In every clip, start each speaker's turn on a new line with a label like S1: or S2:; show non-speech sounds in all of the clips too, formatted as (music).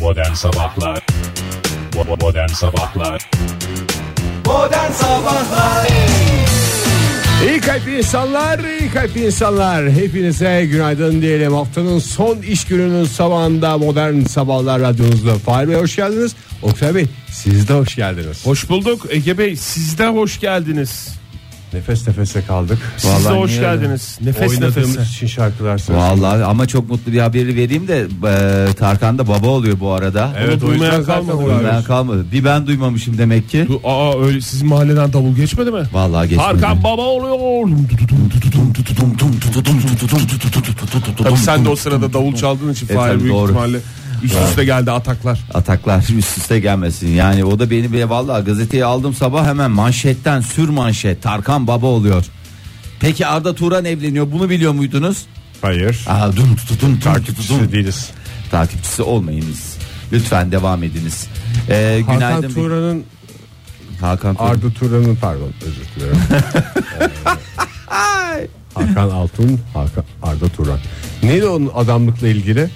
S1: Modern Sabahlar Bo- Modern Sabahlar
S2: Modern Sabahlar
S3: İyi kalp insanlar, iyi kalp insanlar. Hepinize günaydın diyelim. Haftanın son iş gününün sabahında modern sabahlar radyonuzda. Fahir Bey hoş geldiniz. Oktay Bey siz de hoş geldiniz.
S4: Hoş bulduk Ege Bey siz de hoş geldiniz.
S3: Nefes nefese kaldık.
S4: Siz de
S5: Vallahi
S4: hoş
S5: niye
S4: geldiniz. Nefes
S3: Oynadığımız
S4: nefese.
S3: için şarkılar söylüyoruz.
S5: Vallahi ama çok mutlu bir haberi vereyim de e, Tarkan da baba oluyor bu arada.
S4: Evet,
S3: o yüzden
S4: duymayan
S3: zaten
S4: kalmadı
S3: oluyoruz.
S5: Ben kalmadı. Bir ben duymamışım demek ki.
S4: Bu- Aa öyle sizin mahalleden davul geçmedi mi?
S5: Vallahi geçmedi.
S4: Tarkan baba oluyor. Tabii sen de o sırada davul çaldığın için
S5: E,
S4: Fahir
S5: tabii,
S4: büyük
S5: doğru.
S4: ihtimalle üst üste geldi ataklar.
S5: Ataklar üst üste gelmesin. Yani o da beni bile vallahi gazeteyi aldım sabah hemen manşetten sür manşet Tarkan baba oluyor. Peki Arda Turan evleniyor. Bunu biliyor muydunuz?
S3: Hayır.
S5: Aa, dum, tu, tu, dum, dum, tu, tu, dum.
S3: Takipçisi değiliz.
S5: Takipçisi olmayınız. Lütfen devam ediniz. Ee,
S3: Hakan
S5: günaydın.
S3: Turan'ın,
S5: Hakan Turan.
S3: Arda Turan'ın pardon özür dilerim. Ee, Hakan Altun, Hakan, Arda Turan. Neydi onun adamlıkla ilgili?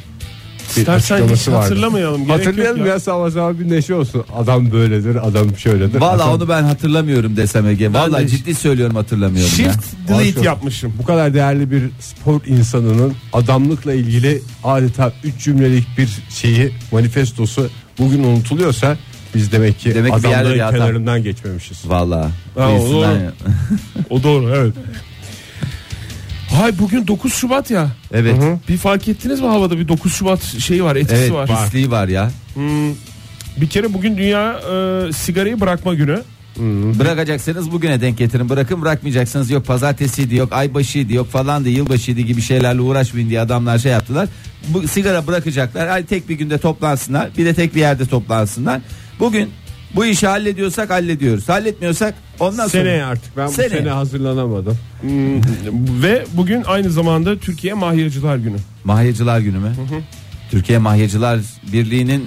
S3: Bir
S4: İstersen hiç
S3: açıklaması vardı.
S4: hatırlamayalım. gerek yok
S3: Hatırlayalım
S4: ya.
S3: ya sabah sabah bir neşe olsun. Adam böyledir, adam şöyledir.
S5: Valla
S3: adam-
S5: onu ben hatırlamıyorum desem Ege. Valla
S4: de-
S5: ciddi söylüyorum hatırlamıyorum ya.
S4: Shift delete yapmışım.
S3: Bu kadar değerli bir spor insanının adamlıkla ilgili adeta üç cümlelik bir şeyi manifestosu bugün unutuluyorsa biz demek ki
S5: Demek ki bir
S3: adamlığın
S5: yerlere adam-
S3: kenarından geçmemişiz.
S5: Valla.
S4: Ha, o
S5: kıyısından
S4: doğru.
S5: ya.
S4: O doğru evet. Hay bugün 9 Şubat ya.
S5: Evet.
S4: Bir fark ettiniz mi havada bir 9 Şubat şeyi var etkisi
S5: Evet
S4: var.
S5: pisliği var ya.
S4: Bir kere bugün dünya e, sigarayı bırakma günü.
S5: Bırakacaksanız bugüne denk getirin. Bırakın bırakmayacaksınız. Yok pazartesiydi yok aybaşıydı yok falan da yılbaşıydı gibi şeylerle uğraşmayın diye adamlar şey yaptılar. Bu sigara bırakacaklar. Hadi tek bir günde toplansınlar. Bir de tek bir yerde toplansınlar. Bugün bu işi hallediyorsak hallediyoruz. Halletmiyorsak ondan sonra.
S3: Seneye artık ben
S5: Seneye.
S3: bu sene hazırlanamadım.
S4: Ve bugün aynı zamanda Türkiye Mahyacılar Günü.
S5: Mahyacılar günü mü? Türkiye Mahyacılar Birliği'nin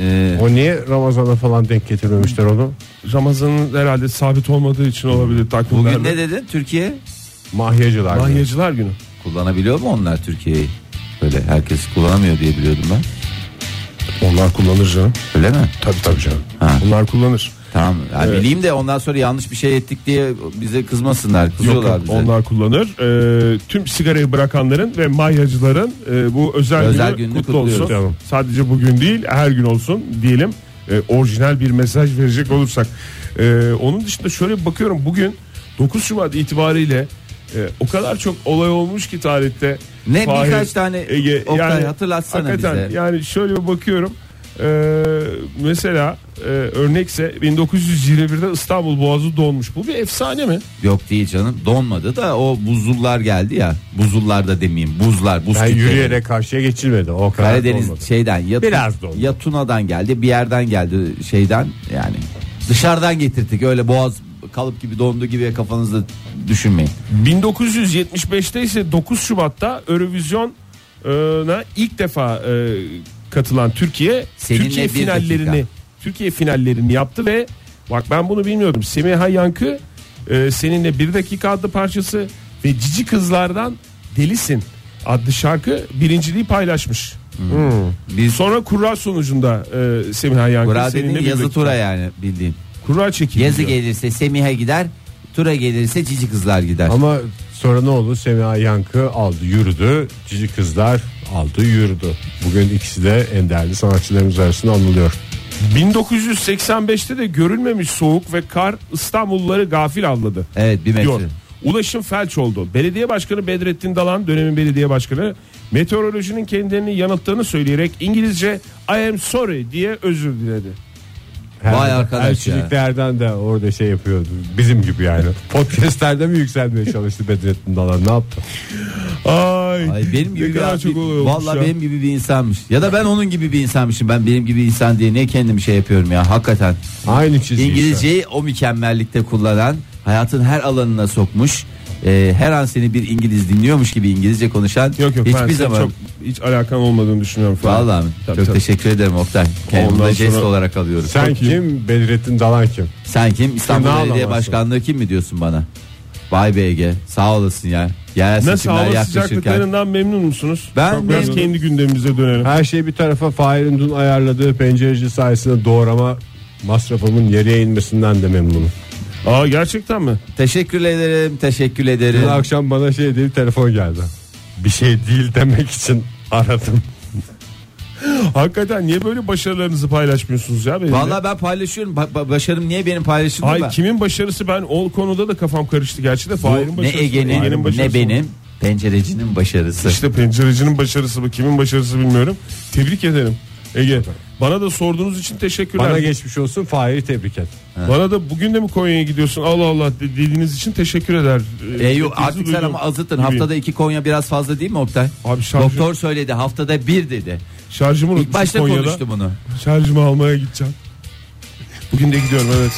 S5: e,
S3: O niye Ramazan'a falan denk getirmemişler onu?
S4: Ramazan'ın herhalde sabit olmadığı için olabilir takvimlerde.
S5: bugün ne dedin? Türkiye
S3: Mahyacılar. günü.
S4: Mahyacılar Günü.
S5: Kullanabiliyor mu onlar Türkiye'yi? Böyle herkes kullanamıyor diye biliyordum ben.
S3: Onlar kullanır canım.
S5: Öyle mi?
S3: Tabii tabii canım.
S5: Ha.
S3: Onlar kullanır.
S5: Tamam. Ya Bileyim de ondan sonra yanlış bir şey ettik diye bize kızmasınlar.
S4: Yok,
S5: Kızıyorlar
S4: yok,
S5: bize.
S4: onlar kullanır. Ee, tüm sigarayı bırakanların ve mahyacıların e, bu özel,
S5: Özel
S4: günü
S5: gününü
S4: kutlu
S5: kutluyoruz.
S4: olsun.
S3: Tamam.
S4: Sadece bugün değil her gün olsun diyelim. E, orijinal bir mesaj verecek olursak. E, onun dışında şöyle bir bakıyorum bugün 9 Şubat itibariyle e, o kadar çok olay olmuş ki tarihte.
S5: Ne
S4: Fahir,
S5: birkaç tane
S4: Ege,
S5: Oktay
S4: yani
S5: hatırlatsana bize.
S4: Hakikaten yani şöyle bir bakıyorum. Ee, mesela e, örnekse 1921'de İstanbul Boğazı donmuş. Bu bir efsane mi?
S5: Yok değil canım. Donmadı da o buzullar geldi ya. Buzullar da demeyeyim. Buzlar, buz
S3: Ben
S5: kütleleri.
S3: yürüyerek karşıya geçilmedi. O kadar
S5: Karadeniz
S3: olmadı.
S5: şeyden ya,
S3: Biraz dondu.
S5: ya Tuna'dan geldi bir yerden geldi şeyden yani dışarıdan getirdik öyle boğaz kalıp gibi dondu gibi kafanızda düşünmeyin.
S4: 1975'te ise 9 Şubat'ta Eurovision'a ilk defa e, katılan Türkiye
S5: Seninle
S4: Türkiye
S5: bir
S4: finallerini
S5: dakika.
S4: Türkiye finallerini yaptı ve bak ben bunu bilmiyordum. Semiha Yankı e, seninle bir dakika adlı parçası ve Cici Kızlardan Delisin adlı şarkı birinciliği paylaşmış.
S5: Hmm.
S4: Hmm.
S5: Biz
S4: Sonra kura sonucunda e, Semiha Yankı
S5: Kura
S4: seninle
S5: dediğin yazı
S4: birlikte-
S5: tura yani bildiğin.
S4: Kura çekildi.
S5: Yazı gelirse Semih'e gider, tura gelirse cici kızlar gider.
S3: Ama sonra ne oldu? Semiha Yankı aldı yürüdü. Cici kızlar aldı yürüdü. Bugün ikisi de en değerli sanatçılarımız arasında anılıyor.
S4: 1985'te de görülmemiş soğuk ve kar İstanbulluları gafil avladı.
S5: Evet bir metre.
S4: diyor. Ulaşım felç oldu. Belediye Başkanı Bedrettin Dalan dönemin belediye başkanı meteorolojinin kendilerini yanılttığını söyleyerek İngilizce I am sorry diye özür diledi.
S3: Her,
S5: Vay arkadaş ya.
S3: Elçiliklerden de orada şey yapıyordu. Bizim
S5: (laughs)
S3: gibi yani. Podcast'lerde mi yükselmeye çalıştı Bedrettin Dalan ne yaptı?
S4: Ay,
S5: Ay benim gibi
S4: ne kadar
S5: ya,
S4: çok
S5: bir-
S4: olay olmuş
S5: vallahi
S4: ya.
S5: benim gibi bir insanmış. Ya da ben onun gibi bir insanmışım. Ben benim gibi insan diye niye kendimi şey yapıyorum ya hakikaten.
S3: Aynı çizgi.
S5: İngilizceyi o mükemmellikte kullanan, hayatın her alanına sokmuş. e, her an seni bir İngiliz dinliyormuş gibi İngilizce konuşan
S4: Yok yok ben
S5: hiçbir
S4: senin
S5: zaman
S4: çok hiç alakan olmadığını düşünüyorum. falan.
S5: Vallahi mi?
S4: Tabii,
S5: çok
S4: tabii.
S5: teşekkür ederim Oktay. Kendimi
S4: Ondan
S5: de jest
S4: sonra-
S5: olarak alıyorum.
S3: Sen
S4: Çok iyi.
S3: kim? Bedrettin Dalan kim?
S5: Sen kim? İstanbul
S3: Kimden
S5: Belediye
S3: alamazsın?
S5: Başkanlığı kim mi diyorsun bana? Vay be Ege sağ olasın ya. Yerel
S4: Nasıl
S5: seçimler
S4: hava
S5: yaklaşırken.
S4: sıcaklıklarından memnun musunuz?
S5: Ben
S4: Çok biraz
S5: memnunum.
S4: kendi gündemimize dönelim.
S3: Her şey bir tarafa Fahir'in dün ayarladığı pencereci sayesinde doğrama masrafımın yere inmesinden de memnunum.
S4: Aa gerçekten mi?
S5: Teşekkür ederim teşekkür ederim.
S3: Dün akşam bana şey diye bir telefon geldi. Bir şey değil demek için aradım.
S4: Hakikaten niye böyle başarılarınızı paylaşmıyorsunuz ya benimle?
S5: Vallahi ben paylaşıyorum. Ba- ba- başarım niye benim paylaşıldı
S4: Ay
S5: mı?
S4: kimin başarısı ben o konuda da kafam karıştı gerçi de
S5: Bu
S4: Fahir'in
S5: ne
S4: başarısı.
S5: Ege'nin ne
S4: başarısı.
S5: benim pencerecinin başarısı.
S4: İşte pencerecinin başarısı bu kimin başarısı bilmiyorum. Tebrik ederim Ege. Bana da sorduğunuz için teşekkürler.
S3: Bana
S4: Bana,
S3: geçmiş olsun Fahir'i tebrik et.
S4: da bugün de mi Konya'ya gidiyorsun Allah Allah de- dediğiniz için teşekkür eder.
S5: E, yok,
S4: Tepkinizi
S5: artık sen
S4: duydum
S5: ama azıttın.
S4: gibiyim.
S5: Haftada iki Konya biraz fazla değil mi Oktay?
S4: Abi şarjı-
S5: Doktor söyledi haftada bir dedi.
S4: Şarjımı
S5: İlk
S4: unutmuşum
S5: başta
S4: Konya'da.
S5: konuştu bunu.
S4: Şarjımı almaya gideceğim. Bugün de gidiyorum evet.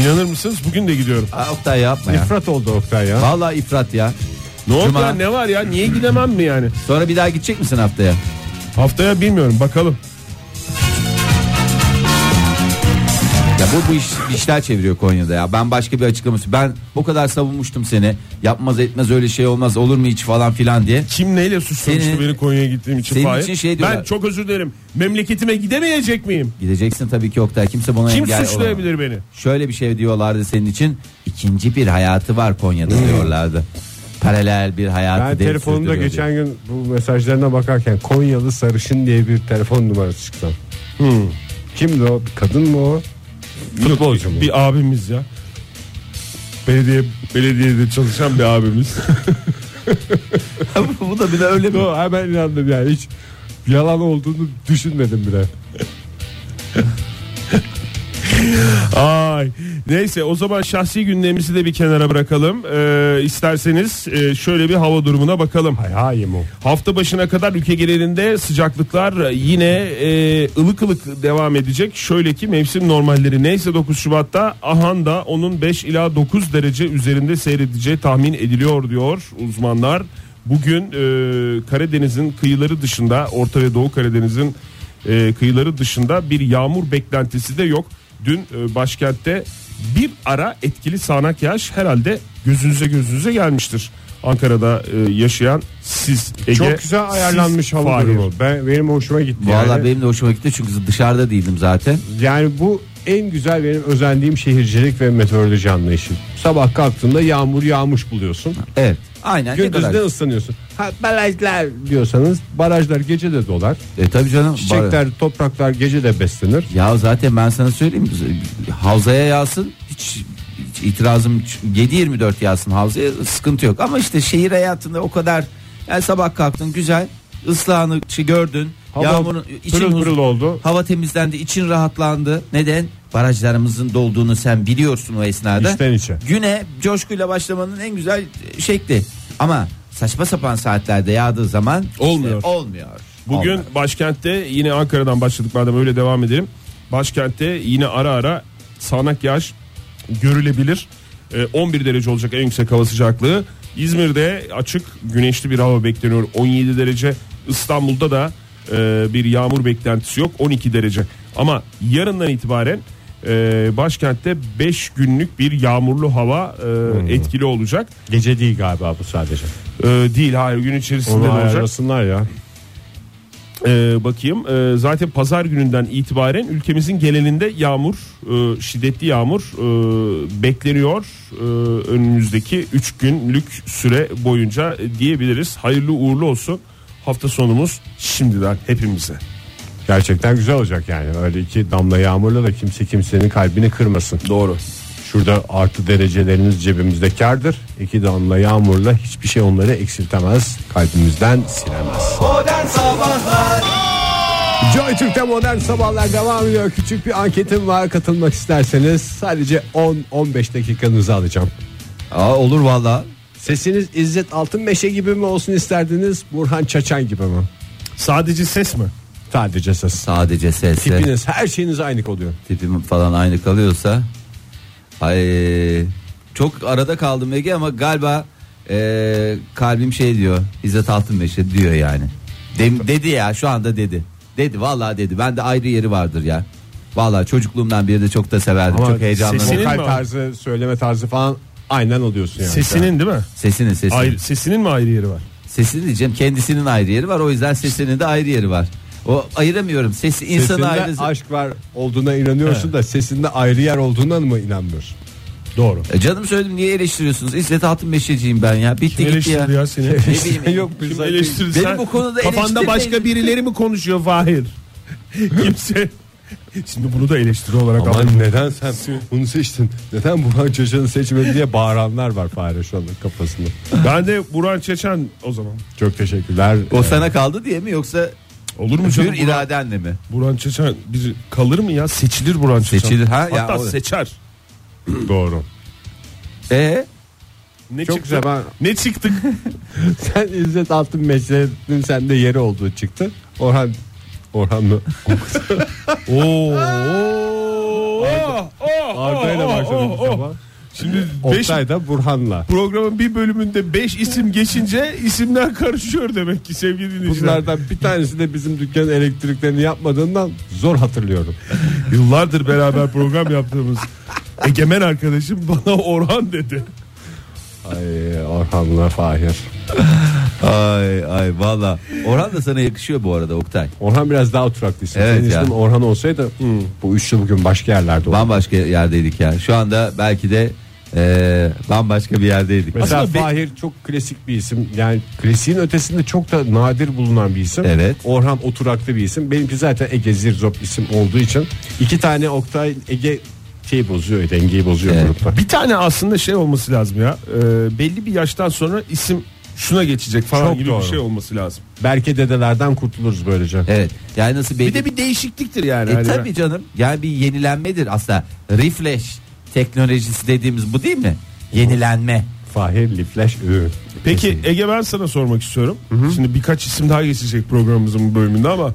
S4: İnanır mısınız? Bugün de gidiyorum.
S5: Aa, Oktay yapma ya.
S3: İfrat oldu Oktay ya.
S5: Vallahi ifrat ya.
S4: Ne oldu
S5: Cuma.
S4: ya, ne var ya? Niye gidemem mi yani?
S5: Sonra bir daha gidecek misin haftaya?
S4: Haftaya bilmiyorum bakalım.
S5: Ya bu, bu iş bir işler çeviriyor Konya'da ya. Ben başka bir açıklaması. Ben bu kadar savunmuştum seni. Yapmaz etmez öyle şey olmaz olur mu hiç falan filan diye.
S4: Kim neyle suçlamıştı
S5: Senin-
S4: beni Konya'ya gittiğim için?
S5: Senin
S4: Fahir?
S5: için şey diyorlar.
S4: ben çok özür dilerim. Memleketime gidemeyecek miyim?
S5: Gideceksin tabii ki Oktay. Kimse buna
S4: Kim
S5: engel olamaz.
S4: suçlayabilir beni?
S5: Şöyle bir şey diyorlardı senin için. ikinci bir hayatı var Konya'da diyorlardı. Paralel bir hayatı.
S3: Ben
S5: dev
S3: telefonumda
S5: sürdürüyor
S3: geçen gün bu mesajlarına bakarken Konyalı Sarışın diye bir telefon numarası çıktı. Hmm. Kimdi o? Bir kadın mı o? Futbolcu mu?
S4: Bir abimiz ya. Belediye belediyede çalışan bir abimiz.
S5: diyor. (laughs) bu da bir de öyle bir
S3: Yo, hemen inandım yani hiç yalan olduğunu düşünmedim bile.
S4: Ay. Neyse o zaman şahsi gündemimizi de bir kenara bırakalım. Ee, isterseniz e, şöyle bir hava durumuna bakalım.
S3: Hayayım o.
S4: Hafta başına kadar ülke genelinde sıcaklıklar yine e, ılık ılık devam edecek. Şöyle ki mevsim normalleri neyse 9 Şubat'ta Ahan da onun 5 ila 9 derece üzerinde seyredeceği tahmin ediliyor diyor uzmanlar. Bugün e, Karadeniz'in kıyıları dışında Orta ve Doğu Karadeniz'in e, kıyıları dışında bir yağmur beklentisi de yok. Dün e, başkentte bir ara etkili sağanak yağış herhalde gözünüze gözünüze gelmiştir. Ankara'da e, yaşayan siz Ege,
S3: Çok güzel ayarlanmış
S4: siz
S3: hava
S4: Fahir.
S3: durumu. Ben, benim hoşuma gitti
S5: Vallahi
S3: yani.
S5: benim de hoşuma gitti çünkü dışarıda değildim zaten.
S3: Yani bu en güzel benim özendiğim şehircilik ve meteoroloji anlayışım. Sabah kalktığında yağmur yağmış buluyorsun.
S5: Evet. Aynen. ne
S3: Gündüz
S5: kadar-
S3: de ıslanıyorsun. Ha, barajlar diyorsanız barajlar gece de dolar.
S5: E tabii canım.
S3: Çiçekler, topraklar gece de beslenir.
S5: Ya zaten ben sana söyleyeyim havzaya yağsın hiç, hiç itirazım hiç- 7-24 yağsın havzaya sıkıntı yok ama işte şehir hayatında o kadar yani sabah kalktın güzel ıslahını çi- gördün
S3: Hava
S5: yağmurun için
S3: pırıl
S5: huz-
S3: pırıl oldu.
S5: hava temizlendi için rahatlandı neden barajlarımızın dolduğunu sen biliyorsun o esnada
S3: İçten içe.
S5: güne coşkuyla başlamanın en güzel şekli ama saçma sapan saatlerde yağdığı zaman işte
S4: Olmuyor.
S5: olmuyor
S4: Bugün
S5: Olmuyor.
S4: başkentte yine Ankara'dan başladık madem öyle devam edelim. Başkentte yine ara ara sağanak yağış görülebilir. Ee, 11 derece olacak en yüksek hava sıcaklığı. İzmir'de açık güneşli bir hava bekleniyor 17 derece. İstanbul'da da e, bir yağmur beklentisi yok 12 derece. Ama yarından itibaren e, başkentte 5 günlük bir yağmurlu hava e, etkili olacak.
S3: Gece değil galiba bu sadece.
S4: E, değil hayır gün içerisinde
S3: Onu
S4: de olacak.
S3: ayarlasınlar ya.
S4: Ee, bakayım Ee, zaten pazar gününden itibaren ülkemizin genelinde yağmur e, şiddetli yağmur e, bekleniyor e, önümüzdeki 3 günlük süre boyunca diyebiliriz hayırlı uğurlu olsun hafta sonumuz şimdiden hepimize
S3: Gerçekten güzel olacak yani. Öyle iki damla yağmurla da kimse kimsenin kalbini kırmasın.
S4: doğru
S3: Şurada artı dereceleriniz cebimizde kardır. İki damla yağmurla hiçbir şey onları eksiltemez. Kalbimizden silemez.
S2: Modern Sabahlar
S3: Joy Türk'te modern sabahlar devam ediyor. Küçük bir anketim var katılmak isterseniz. Sadece 10-15 dakikanızı alacağım.
S5: Aa, olur valla
S3: Sesiniz İzzet Altınmeşe gibi mi olsun isterdiniz? Burhan Çaçan gibi mi?
S4: sadece ses mi
S3: Sadece ses.
S5: sadece sesle
S3: Tipiniz her şeyiniz aynı oluyor.
S5: tipim falan aynı kalıyorsa ay çok arada kaldım Ege ama galiba e, kalbim şey diyor İzzet Altınmeşe diyor yani Dem- dedi ya şu anda dedi dedi vallahi dedi ben de ayrı yeri vardır ya vallahi çocukluğumdan beri de çok da severdim
S3: Ama
S5: çok heyecanlandım
S4: sesini- Senin
S3: Vokal
S4: mi o?
S3: tarzı, söyleme tarzı falan aynen oluyorsun yani.
S4: Sesinin değil mi?
S5: Sesinin sesinin.
S4: Ayrı, sesinin mi ayrı yeri var?
S5: Sesini diyeceğim kendisinin ayrı yeri var. O yüzden sesinin de ayrı yeri var. O ayıramıyorum. Sesi insanı
S3: Sesinde
S5: ayrı.
S3: aşk var olduğuna inanıyorsun da sesinde ayrı yer olduğuna mı inanmıyorsun?
S4: Doğru.
S5: E Canım söyledim niye eleştiriyorsunuz? İzzet Altın Beşiciğim ben ya. Bitti gitti ya.
S4: Eleştirdi ya (laughs) seni.
S5: Ne bileyim.
S3: Yok biz
S4: Kim
S3: zaten-
S4: eleştirdi
S5: Benim
S4: sen?
S5: bu konuda
S4: Kafanda
S5: eleştirmeyin.
S4: başka birileri mi
S5: (laughs)
S4: konuşuyor Fahir? Kimse. Şimdi bunu da eleştiri olarak
S3: Aman
S4: aldım.
S3: neden sen bunu seçtin? Neden Burhan Çeşen'i seçmedi diye bağıranlar var Fahri şu anda kafasında.
S4: Ben de Burhan Çeçen o zaman.
S3: Çok teşekkürler. Ee,
S5: O sana kaldı diye mi yoksa
S4: Olur mu canım?
S5: hür
S4: Burhan,
S5: iradenle mi?
S4: Burhan Çeçen bir kalır mı ya? Seçilir Burhan Çeçen.
S5: Seçilir, ha, ya
S4: Hatta
S5: o-
S4: seçer. (clears throat) Doğru.
S5: E
S4: Ne
S3: Çok
S4: çıktı?
S3: güzel, ben-
S4: Ne (laughs) çıktık?
S3: Sen İzzet Altın Mesleği'nin sende yeri olduğu çıktı. Orhan Orhan mı?
S4: Oo.
S3: Arda'yla başladım bu sabah.
S4: Şimdi 5
S3: Oktay da Burhan'la.
S4: programın bir bölümünde 5 isim geçince isimler karışıyor demek ki sevgili dinleyiciler.
S3: Bunlardan bir tanesi de bizim dükkan elektriklerini yapmadığından zor (laughs) hatırlıyorum.
S4: Yıllardır beraber program yaptığımız egemen arkadaşım bana (laughs) Orhan dedi.
S3: Ay Orhan'la Fahir.
S5: ay ay valla. Orhan da sana yakışıyor bu arada Oktay.
S3: Orhan biraz daha oturaklı isim.
S5: Evet
S3: Senin
S5: ya.
S3: ismin Orhan olsaydı "Hmm, bu üçlü bugün başka yerlerde olurdu.
S5: Bambaşka yerdeydik ya. Şu anda belki de e, bambaşka bir yerdeydik.
S3: Mesela
S4: Aslında be-
S3: Fahir çok klasik bir isim. Yani klasiğin ötesinde çok da nadir bulunan bir isim.
S5: Evet.
S3: Orhan oturaklı bir isim. Benimki zaten Ege Zirzop isim olduğu için. iki tane Oktay Ege şey bozuyor, dengeyi bozuyor
S5: Evet.
S3: grupta.
S4: Bir tane aslında şey olması lazım ya. e, belli bir yaştan sonra isim şuna geçecek falan
S3: Çok
S4: gibi
S3: doğru.
S4: bir şey olması lazım.
S3: Belki dedelerden kurtuluruz böylece.
S5: Evet. Yani nasıl belli
S4: Bir de bir değişikliktir yani.
S5: E
S4: Hani ben-
S5: tabi canım yani bir yenilenmedir aslında refresh teknolojisi dediğimiz bu değil mi? Yenilenme.
S3: Fahir Lifleş Ü.
S4: Peki Ege ben sana sormak istiyorum. Şimdi birkaç isim daha geçecek programımızın bu bölümünde ama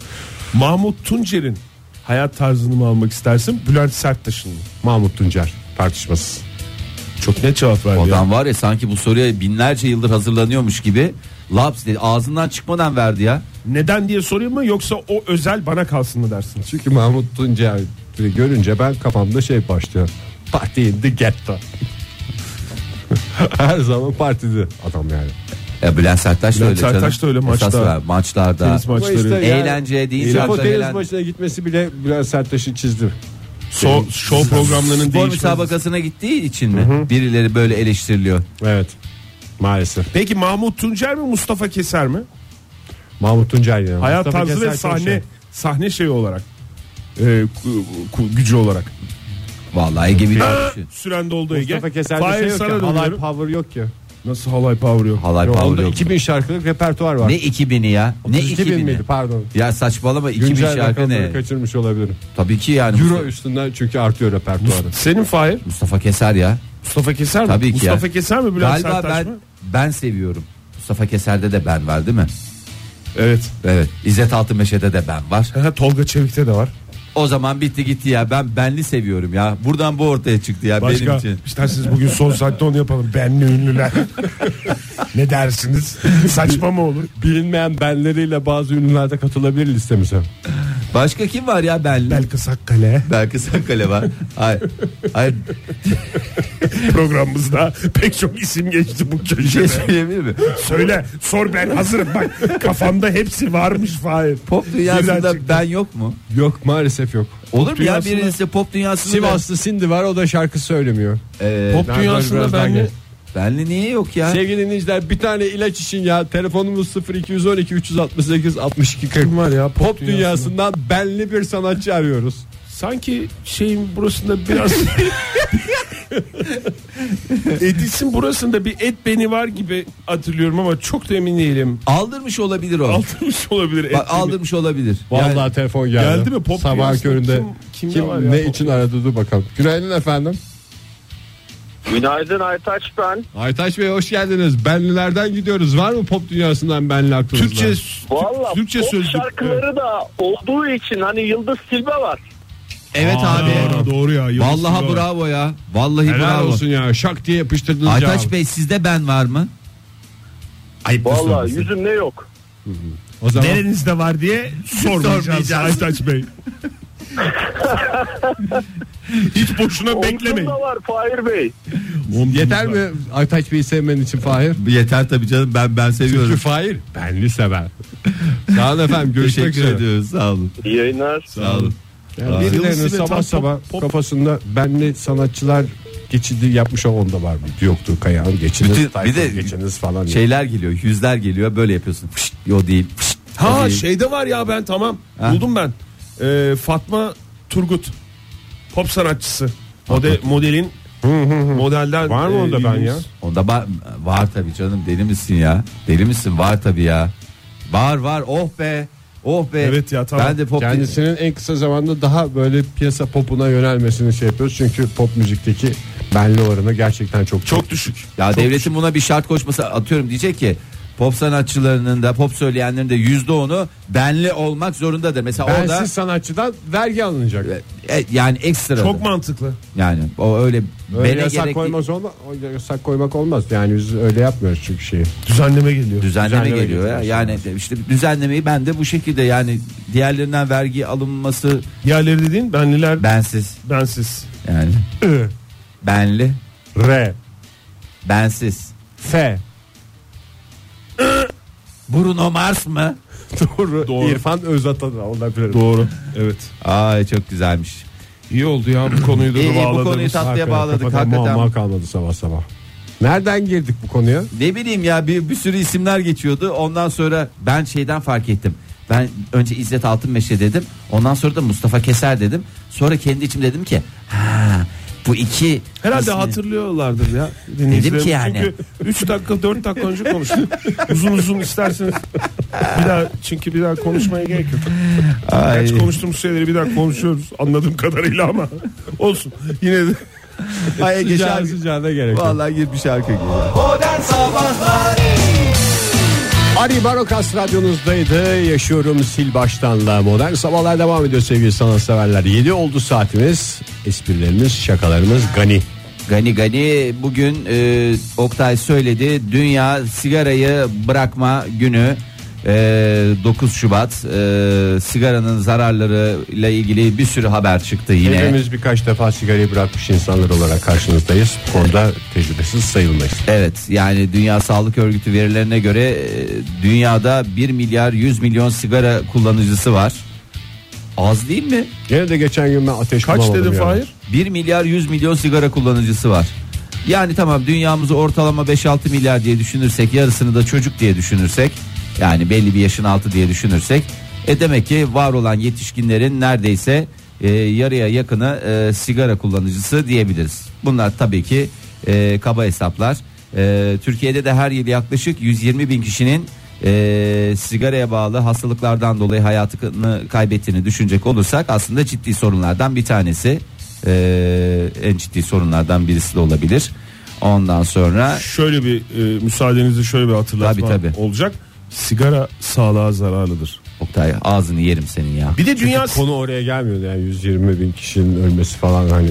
S4: Mahmut Tuncer'in hayat tarzını mı almak istersin? Bülent Serttaş'ın mı?
S3: Mahmut Tuncer tartışmasız.
S4: Çok net cevap verdi. ya.
S5: Adam var ya sanki bu soruya binlerce yıldır hazırlanıyormuş gibi laps dedi ağzından çıkmadan verdi ya.
S4: Neden diye sorayım mı yoksa o özel bana kalsın mı dersin?
S3: Çünkü Mahmut Tuncer'i görünce ben kafamda şey başlıyor. Parti in the ghetto. (laughs) Her zaman partide adam yani.
S5: E Bülent Serttaş da
S4: Bülent
S5: öyle.
S4: Serttaş
S5: canım.
S4: da öyle
S5: Esas
S4: maçta.
S5: var, maçlarda.
S4: Tenis maçları.
S3: Ama işte yani-
S5: Eğlence değil.
S3: Sırf o
S5: zaten
S3: deniz
S5: eğlen-
S3: başına gitmesi bile Bülent Serttaş'ı çizdi.
S4: So, show programlarının
S5: Spor
S4: değişmesi.
S5: müsabakasına gittiği için mi? Birileri böyle eleştiriliyor.
S3: Evet. Maalesef.
S4: Peki Mahmut Tuncer mi Mustafa Keser mi?
S3: Mahmut Tuncer yani.
S4: Hayat
S3: Mustafa
S4: tarzı
S3: Keser şey.
S4: ve sahne
S3: konuşuyor.
S4: sahne şeyi olarak. E, ku- ku- gücü olarak.
S5: Vallahi Ege bir
S4: Süren doldu Ege.
S3: Mustafa Keser'de
S4: Fahir
S3: şey yok
S4: sana
S3: ya. Halay
S4: dönüyorum.
S3: power yok ya.
S4: Nasıl halay power yok?
S5: Halay
S3: Yok,
S5: Power
S3: onda
S5: yok.
S3: 2000 şarkılık repertuar var.
S5: Ne 2000'i ya? Ne
S3: 32 bin
S5: 2000'i?
S3: miydi pardon.
S5: Ya saçmalama 2000
S3: Güncel
S5: şarkı
S3: rakamları
S5: ne?
S3: kaçırmış olabilirim.
S5: Tabii ki yani.
S3: Euro üstünden çünkü artıyor repertuarı.
S4: Senin Fahir?
S5: Mustafa Keser ya.
S4: Mustafa Keser mi?
S5: Tabii ki
S4: Mustafa
S5: ya.
S4: Keser mi Bülent
S5: Galiba
S4: Serttaş
S5: ben
S4: mı?
S5: ben seviyorum. Mustafa Keser'de de ben var değil mi?
S4: Evet.
S5: Evet. İzzet Altınmeşe'de de ben var.
S4: Tolga Çevik'te de var.
S5: O zaman bitti gitti ya. Ben benli seviyorum ya. Buradan bu ortaya çıktı ya benim
S4: Başka
S5: için.
S4: isterseniz bugün son saatte onu yapalım. Benli
S5: (laughs)
S4: ünlüler. ne dersiniz? Saçma mı olur?
S3: Bilinmeyen benleriyle bazı ünlülerde katılabilir listemize.
S5: Başka kim var ya benli?
S4: Belkıs Akkale
S5: Belki Sakkale var. Hayır. Hayır.
S4: programımızda pek çok isim geçti bu
S5: Bir şey (laughs)
S4: köşede.
S5: söyleyebilir miyim?
S4: Söyle sor ben hazırım bak kafamda hepsi varmış Fahir.
S5: Pop
S4: Birden
S5: dünyasında
S4: çıktı.
S5: ben yok mu?
S3: Yok maalesef yok.
S5: Olur mu ya
S4: dünyasında-
S5: birisi pop dünyasında
S3: Sivaslı Sindi var o da şarkı söylemiyor.
S5: ben- Ee,
S4: Pop Şey-
S3: Nereden
S4: dünyasında
S3: birazdan
S4: ben
S3: gel.
S5: benli niye yok ya?
S3: Sevgili dinleyiciler bir tane ilaç için ya telefonumuz 0212 368 62 40.
S4: var ya
S3: Pop dünyasından benli bir sanatçı arıyoruz.
S4: Sanki şeyin burasında (laughs) biraz Edis'in burasında bir et beni var gibi hatırlıyorum ama çok da emin değilim.
S5: Aldırmış olabilir o.
S4: Aldırmış olabilir et
S5: Bak,
S4: beni.
S5: aldırmış olabilir.
S3: Vallahi
S5: Yani-
S3: telefon geldi.
S4: Geldi mi? Pop
S3: Sabah
S4: dünyasında
S3: köründe kim,
S4: kim- kimde var ya
S3: ne
S4: pop
S3: için aradı dur bakalım. Günaydın efendim.
S6: Günaydın Aytaç ben.
S3: Aytaç Bey hoş geldiniz. Benlilerden gidiyoruz. Var mı pop dünyasından benli aklınızda?
S4: Türkçe
S6: Valla
S4: Türkçe
S6: pop
S4: sözlük.
S6: şarkıları da olduğu için hani Yıldız Silbe var.
S5: Evet abi.
S4: Doğru, doğru ya. Yıldız
S5: Vallahi
S4: Silva var.
S5: bravo ya. Vallahi
S3: Helal
S5: bravo.
S3: olsun ya. Şak diye yapıştırdınız
S5: Aytaç
S3: cevabı.
S5: Bey sizde ben var mı?
S3: Ayıptır
S6: Valla
S3: sorması.
S6: yüzümde yok.
S3: O zaman
S4: Nerenizde var diye sormayacağız Aytaç Bey. Hiç boşuna beklemeyin.
S6: Omzumda var Fahir Bey.
S4: Montumuz
S3: Yeter
S4: var.
S3: mi Aytaç Bey'i sevmen için Fahir?
S5: Yeter tabii canım ben ben seviyorum.
S3: Çünkü Fahir benli sever. Sağ olun efendim görüşmek
S5: Teşekkür
S3: üzere.
S5: ediyoruz sağ olun.
S6: İyi yayınlar.
S5: Sağ olun.
S3: Yani birilerinin sabah sabah kafasında benli sanatçılar geçidi yapmış o onda var mıydı yoktu Kayağın geçiniz
S5: Bütün- bir
S3: Tayfun
S5: de-
S3: geçiniz falan diye.
S5: Şeyler geliyor yüzler geliyor böyle yapıyorsun. Pişt, yo değil. pişt, o
S4: Ha
S5: değil.
S4: şeyde var ya ben tamam
S5: Ha.
S4: buldum ben. Ee, Fatma Turgut pop sanatçısı. Mode, modelin modelden e,
S3: Var mı onda ben
S4: bildiğimiz-
S5: Onda ba- var tabii canım deli misin ya? Deli misin var tabii ya. Var var oh be. Oh be.
S4: Evet ya, tamam.
S5: Ben de pop
S3: Kendisinin en kısa zamanda daha böyle piyasa popuna yönelmesini şey yapıyoruz. Çünkü pop müzikteki benli oranı gerçekten çok
S4: Çok düşük.
S5: Ya devletin buna bir şart koşması atıyorum diyecek ki pop sanatçılarının da pop söyleyenlerin de yüzde onu benli olmak zorundadır. Mesela
S3: Bensiz
S5: orada
S3: sanatçıdan vergi alınacak.
S5: e, yani ekstra.
S4: Çok mantıklı.
S5: Yani o öyle,
S3: Öyle
S5: bene
S3: yasak
S5: gerek
S3: koymaz olma, o yasak koymak olmaz. Yani biz öyle yapmıyoruz çünkü şeyi.
S4: Düzenleme geliyor.
S5: düzenleme,
S3: Düzenleme
S5: geliyor ya.
S3: getiriyorsun.
S5: Yani işte düzenlemeyi ben de bu şekilde yani diğerlerinden vergi alınması
S4: Diğerleri dediğin benliler
S5: bensiz
S4: bensiz.
S5: yani. Benli,
S3: R,
S5: bensiz.
S3: F.
S5: Bruno Mars mı?
S3: Doğru.
S4: Doğru.
S3: İrfan Özat'a da olabilir.
S4: Doğru. Evet.
S5: Ay çok güzelmiş.
S4: İyi oldu ya bu konuyu da
S5: İyi, iyi, bu
S4: bağladığımız.
S5: konuyu tatlıya
S4: Hakikaten
S5: bağladık,
S4: kafadan
S5: hakikaten.
S4: muamma.
S3: Muamma kalmadı sabah sabah. Nereden girdik bu konuya?
S5: Ne bileyim ya bir, bir sürü isimler geçiyordu. Ondan sonra ben şeyden fark ettim. Ben önce İzzet Altınmeşe dedim. Ondan sonra da Mustafa Keser dedim. Sonra kendi içim dedim ki ha bu iki
S4: Herhalde
S5: ismi-
S4: hatırlıyorlardır ya. dinleyicilerimiz.
S5: ki yani.
S4: Çünkü 3 dakika 4 dakika önce konuştuk. uzun uzun isterseniz. Bir daha çünkü bir daha konuşmaya gerek yok. Kaç
S5: Ay.
S4: konuştuğumuz şeyleri bir daha konuşuyoruz anladığım kadarıyla ama olsun. Yine de
S5: Ay, Ege şarkı.
S3: sıcağına gerek
S5: Vallahi gir bir şarkı gir.
S2: Modern Sabahlar
S3: Ari Barokas radyonuzdaydı. Yaşıyorum sil baştanla modern sabahlar devam ediyor sevgili sanatseverler. 7 oldu saatimiz. Esprilerimiz, şakalarımız gani.
S5: Gani Gani bugün e, Oktay söyledi Dünya Sigarayı Bırakma Günü e, 9 Şubat e, sigaranın zararları ile ilgili bir sürü haber çıktı yine.
S3: Hepimiz birkaç defa sigarayı bırakmış insanlar olarak karşınızdayız. Bu konuda tecrübesiz sayılmayız.
S5: Evet yani Dünya Sağlık Örgütü verilerine göre e, dünyada 1 milyar 100 milyon sigara kullanıcısı var. Az değil mi?
S3: Gene de geçen gün ben ateş
S4: kaç
S3: bulamadım
S4: dedin
S3: yani.
S4: Fahir?
S5: 1 milyar 100 milyon sigara kullanıcısı var. Yani tamam dünyamızı ortalama 5-6 milyar diye düşünürsek yarısını da çocuk diye düşünürsek yani belli bir yaşın altı diye düşünürsek e demek ki var olan yetişkinlerin neredeyse e, yarıya yakını e, sigara kullanıcısı diyebiliriz. Bunlar tabii ki e, kaba hesaplar. E, Türkiye'de de her yıl yaklaşık 120 bin kişinin e, sigaraya bağlı hastalıklardan dolayı hayatını kaybettiğini düşünecek olursak aslında ciddi sorunlardan bir tanesi. Ee, en ciddi sorunlardan birisi de olabilir. Ondan sonra
S4: Şöyle bir e, müsaadenizle şöyle bir hatırlatma
S5: Tabii, tabii.
S4: olacak. Sigara sağlığa zararlıdır.
S5: Oktay ağzını yerim senin ya.
S4: Bir de dünya
S3: Konu oraya gelmiyordu yani 120 bin kişinin ölmesi falan hani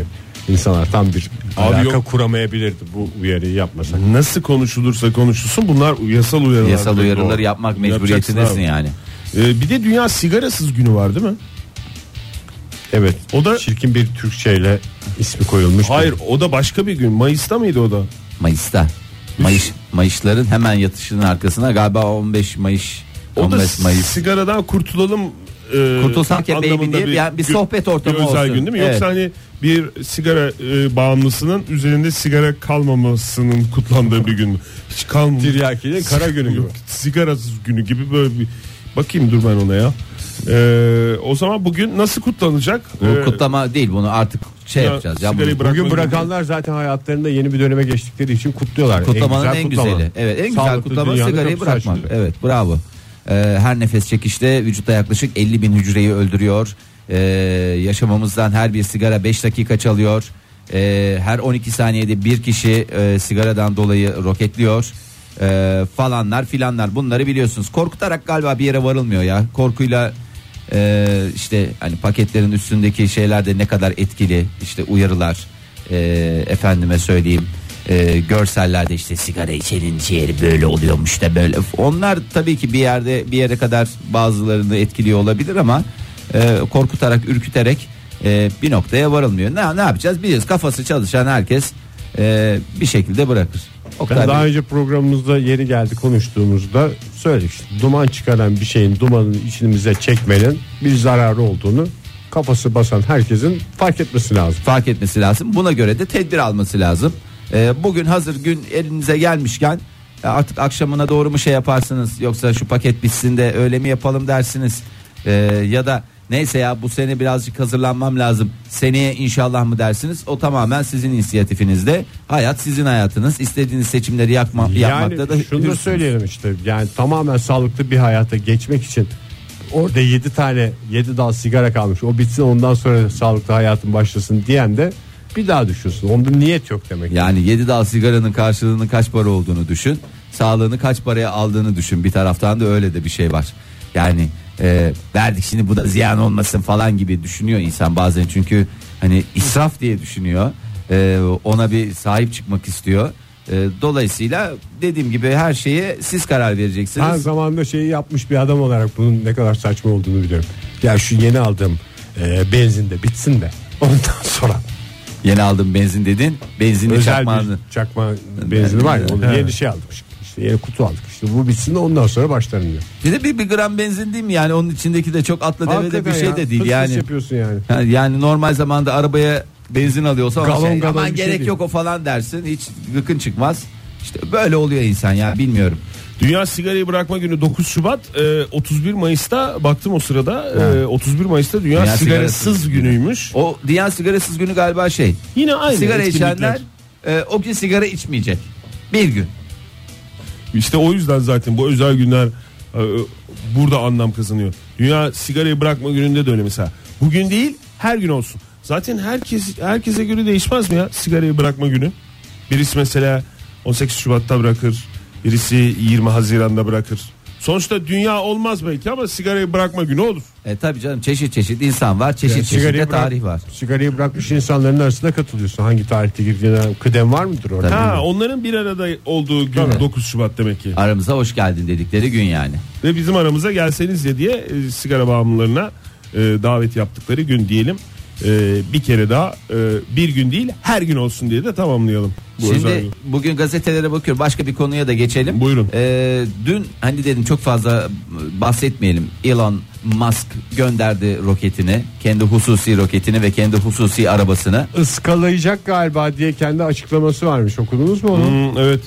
S3: insanlar tam bir
S4: Abi
S3: alaka
S4: yok.
S3: kuramayabilirdi bu uyarıyı yapmasak.
S4: nasıl konuşulursa konuşulsun bunlar yasal uyarılar.
S5: yasal uyarıları
S4: Doğru.
S5: yapmak
S4: Bunu
S5: mecburiyetindesin
S4: yapacaksın abi.
S5: yani.
S4: E, bir de dünya sigarasız günü var değil mi?
S3: Evet.
S4: O da
S3: Çirkin bir Türkçeyle ismi koyulmuş.
S4: hayır o da başka bir gün. Mayıs'ta mıydı o da?
S5: Mayıs'ta. Mayış Mayışların hemen yatışının arkasına galiba 15 Mayış
S4: O da
S5: 15 Mayıs.
S4: sigaradan kurtulalım e,
S5: Kurtulsak ya baby
S4: anlamında
S5: diye bir- yani bir
S4: gün-
S5: sohbet ortamı
S4: bir özel
S5: olsun.
S4: gün değil mi?
S5: Evet.
S4: Yoksa hani bir sigara e, bağımlısının üzerinde sigara kalmamasının kutlandığı bir gün mü? Hiç kalmamış.
S3: Tiryakinin kara günü gibi.
S4: Yok, Sigarasız günü gibi böyle bir bakayım dur ben ona ya. E, o zaman bugün nasıl kutlanacak?
S5: Bu
S4: E,
S5: kutlama değil bunu artık şey
S4: ya,
S5: yapacağız. Ya
S4: sigarayı
S5: bunu-
S4: bırak-
S3: Bugün bırakanlar zaten hayatlarında yeni bir döneme geçtikleri için kutluyorlar.
S5: Kutlamanın en,
S3: kutlama.
S5: güzeli. Evet, en güzel
S3: Sağlıklı
S5: kutlama
S3: dünyanın
S5: sigarayı
S3: kapısı
S5: bırakmak.
S3: açılıyor.
S5: Evet, bravo. Ee, her nefes çekişte vücutta yaklaşık 50 bin hücreyi öldürüyor. Ee, yaşamamızdan her bir sigara 5 dakika çalıyor. Ee, her 12 saniyede bir kişi e, sigaradan dolayı roketliyor. Ee, falanlar filanlar bunları biliyorsunuz. Korkutarak galiba bir yere varılmıyor ya. Korkuyla ee, işte hani paketlerin üstündeki şeyler de ne kadar etkili işte uyarılar ee, efendime söyleyeyim ee, görsellerde işte sigara içenin ciğeri böyle oluyormuş da böyle onlar tabii ki bir yerde bir yere kadar bazılarını etkiliyor olabilir ama ee, korkutarak ürküterek ee, bir noktaya varılmıyor ne, ne yapacağız biliyoruz kafası çalışan herkes e, bir şekilde bırakır. O
S4: Ee,
S3: Ben
S5: kadar.
S3: daha önce programımızda yeni geldi konuştuğumuzda söylemiştim. Duman çıkaran bir şeyin dumanını içimize çekmenin bir zararı olduğunu kafası basan herkesin fark etmesi lazım.
S5: fark etmesi lazım. Buna göre de tedbir alması lazım. Ee, bugün hazır gün elinize gelmişken e, artık akşamına doğru mu şey yaparsınız yoksa şu paket bitsin de öyle mi yapalım dersiniz Ee, ya da neyse ya bu sene birazcık hazırlanmam lazım seneye inşallah mı dersiniz o tamamen sizin inisiyatifinizde hayat sizin hayatınız istediğiniz seçimleri yakma,
S3: Yani
S5: yapmakta da
S3: şunu da
S5: hürsünüz.
S3: söyleyelim işte yani tamamen sağlıklı bir hayata geçmek için orada 7 tane 7 dal sigara kalmış o bitsin ondan sonra sağlıklı hayatın başlasın diyen de bir daha düşünsün. Onda niyet yok demek.
S5: Yani 7 dal sigaranın karşılığının kaç para olduğunu düşün. Sağlığını kaç paraya aldığını düşün. Bir taraftan da öyle de bir şey var. Yani e, verdik şimdi bu da ziyan olmasın falan gibi düşünüyor insan bazen. Çünkü hani israf diye düşünüyor. E, ona bir sahip çıkmak istiyor. E, dolayısıyla dediğim gibi her şeye siz karar vereceksiniz.
S3: Her zamanında şeyi yapmış bir adam olarak bunun ne kadar saçma olduğunu biliyorum. Ya şu yeni aldığım e, benzin de bitsin de ondan sonra
S5: Yeni aldığım benzin dedin. Benzinli
S3: özel
S5: çakmağını.
S3: bir çakma benzini var ya onu
S4: Evet.
S3: yeni şey aldık işte, işte yeni kutu aldık işte bu bitsin de ondan sonra başlarım diyor.
S5: Bir de bir, bir gram benzin değil mi? Yani onun içindeki de çok atla devede bir
S3: Hakikaten
S5: şey
S3: ya,
S5: de değil.
S3: fıs fıs
S5: yani
S3: yapıyorsun yani.
S5: Ha, Yani normal zamanda arabaya benzin alıyorsa ama
S3: Galon
S5: şey,
S3: galon
S5: aman
S3: bir şey
S5: gerek
S3: değil."
S5: yok o falan dersin. Hiç gıkın çıkmaz. İşte böyle oluyor insan ya bilmiyorum.
S4: Dünya sigarayı bırakma günü 9 Şubat e, 31 Mayıs'ta baktım o sırada e, 31 Mayıs'ta dünya,
S5: Dünya
S4: sigarasız,
S5: sigarasız
S4: günüymüş.
S5: O Dünya Sigarasız Günü galiba şey.
S4: Yine aynı
S5: sigara
S4: etkinlikler.
S5: içenler e, o gün sigara içmeyecek. Bir gün.
S4: İşte o yüzden zaten bu özel günler e, burada anlam kazanıyor. Dünya sigarayı bırakma gününde de öyle mesela. Bugün değil her gün olsun. Zaten herkes herkese göre değişmez mi ya sigarayı bırakma günü? Birisi mesela 18 Şubat'ta bırakır. Birisi 20 Haziran'da bırakır. Sonuçta dünya olmaz belki ama sigarayı bırakma günü olur.
S5: E tabii canım çeşit çeşit insan var. Çeşit
S3: Yani
S5: çeşit de
S3: sigarayı bırak-
S5: şey tarih var.
S3: Sigarayı bırakmış insanların arasında katılıyorsun. Hangi tarihte girdiğine kıdem var mıdır orada?
S4: Ha onların bir arada olduğu gün 9 Şubat demek ki.
S5: Aramıza hoş geldin dedikleri gün yani.
S4: Ve bizim aramıza gelseniz de diye e, sigara bağımlılarına e, davet yaptıkları gün diyelim. E, bir kere daha e, bir gün değil her gün olsun diye de tamamlayalım. Bu özel
S5: Şimdi
S4: gün.
S5: bugün gazetelere bakıyorum. Başka bir konuya da geçelim.
S4: Buyurun.
S5: Ee, dün hani dedim çok fazla bahsetmeyelim. Elon Musk gönderdi roketini, kendi hususi roketini ve kendi hususi arabasını.
S3: Iskalayacak galiba diye kendi açıklaması varmış. Okudunuz mu onu?
S4: Hmm, evet.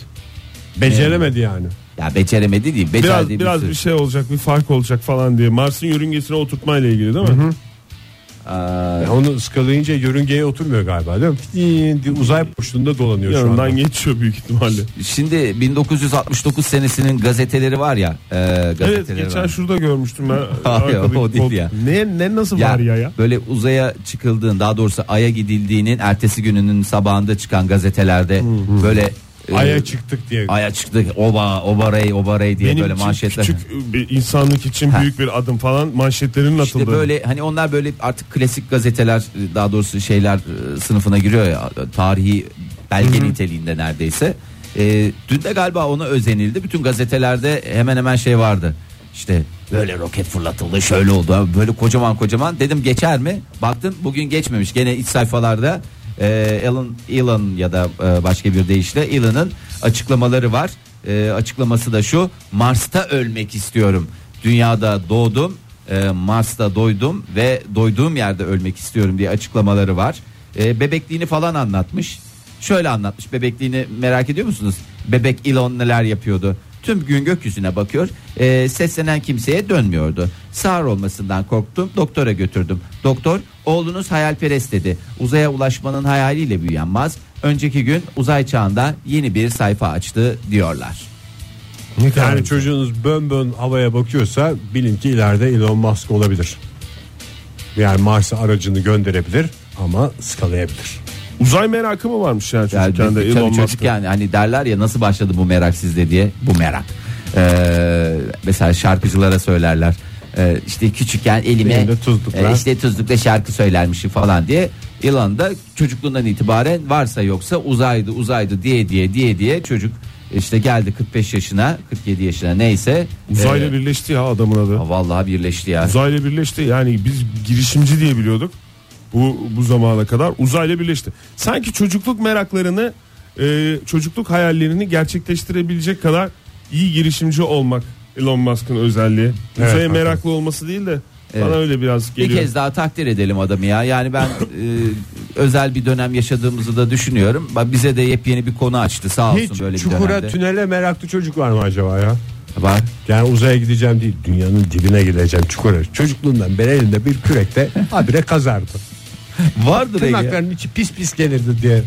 S3: Beceremedi yani.
S5: Ya beceremedi değil,
S4: Biraz
S5: becerdi
S4: biraz bir
S5: sürü.
S4: şey olacak, bir fark olacak falan diye. Mars'ın yörüngesine oturtmayla ilgili değil mi?
S5: Aa,
S3: Ya E, onu ıskalayınca yörüngeye oturmuyor galiba değil mi? Fii diye Uzay boşluğunda dolanıyor şu anda.
S4: Yanından geçiyor büyük ihtimalle.
S5: Şimdi 1969 senesinin gazeteleri var ya. E, gazeteleri
S4: Evet, geçen
S5: var. (laughs)
S4: şurada görmüştüm ben.
S5: Hayır,
S4: Arkadaki
S5: o değil
S4: kol-
S5: ya.
S4: Ne ne nasıl
S5: Ya,
S4: var ya ya?
S5: Böyle uzaya çıkıldığın, daha doğrusu aya gidildiğinin ertesi gününün sabahında çıkan gazetelerde böyle e,
S3: Ay'a çıktık diye.
S5: Aya çıktı oba obarey obarey diye
S4: Benim
S5: böyle
S4: için
S5: manşetler.
S4: küçük bir insanlık için
S5: Ha.
S4: büyük bir adım falan manşetlerin atıldığı.
S5: İşte böyle hani onlar böyle artık klasik gazeteler daha doğrusu şeyler e, sınıfına giriyor ya tarihi belge niteliğinde neredeyse. E, dün de galiba ona özenildi. Bütün gazetelerde hemen hemen şey vardı. İşte böyle roket fırlatıldı şöyle oldu Ha, böyle kocaman kocaman dedim geçer mi? Baktım bugün geçmemiş gene iç sayfalarda e, Elon, Elon ya da e, başka bir deyişle Elon'ın açıklamaları var. E, açıklaması da şu Mars'ta ölmek istiyorum. Dünyada doğdum e, Mars'ta doydum ve doyduğum yerde ölmek istiyorum diye açıklamaları var. E, bebekliğini falan anlatmış. Şöyle anlatmış bebekliğini merak ediyor musunuz? Bebek Elon neler yapıyordu? Tüm gün gökyüzüne bakıyor. E, seslenen kimseye dönmüyordu. Sağır olmasından korktum. Doktora götürdüm. Doktor oğlunuz hayalperest dedi. Uzaya ulaşmanın hayaliyle büyüyen Mars önceki gün uzay çağında yeni bir sayfa açtı diyorlar.
S3: Yani çocuğunuz bön bön havaya bakıyorsa bilin ki ileride Elon Musk olabilir. Yani Mars'a aracını gönderebilir ama skalayabilir.
S4: Uzay merakı mı varmış yani
S5: Yani
S4: çocukken de
S5: tabii
S4: Elon
S5: çocuk
S4: Musk'ın?
S5: yani hani derler ya nasıl başladı bu merak sizde diye bu merak. Ee, mesela şarkıcılara söylerler. Ee, işte küçükken elime
S3: Elimde tuzlukla.
S5: e, işte tuzlukla şarkı söylermişim falan diye. Yılan da çocukluğundan itibaren varsa yoksa uzaydı uzaydı diye diye diye diye çocuk işte geldi 45 yaşına 47 yaşına neyse.
S4: Uzayla
S5: Ee,
S4: birleşti ya adamın adı.
S5: Vallahi birleşti ya.
S4: Uzayla birleşti. Yani biz girişimci diye biliyorduk. Bu bu zamana kadar uzayla birleşti. Sanki çocukluk meraklarını e, çocukluk hayallerini gerçekleştirebilecek kadar iyi girişimci olmak Elon Musk'ın özelliği. Uzaya
S7: hakikaten.
S4: meraklı olması değil de
S5: Evet.
S4: bana öyle biraz
S5: Bir
S4: geliyor.
S5: kez daha takdir edelim adamı ya. Yani ben e, özel bir dönem yaşadığımızı da düşünüyorum. Bak Bize de yepyeni bir konu açtı sağ olsun
S3: Hiç
S5: böyle bir
S3: çukura
S5: dönemde.
S3: tünele meraklı çocuk var mı acaba ya?
S5: Var.
S3: Yani uzaya gideceğim değil dünyanın dibine gideceğim çukura. Çocukluğundan beri elinde bir kürekte habire kazardı.
S5: Vardır Ege.
S3: Tırnaklarının içi pis pis gelirdi diye.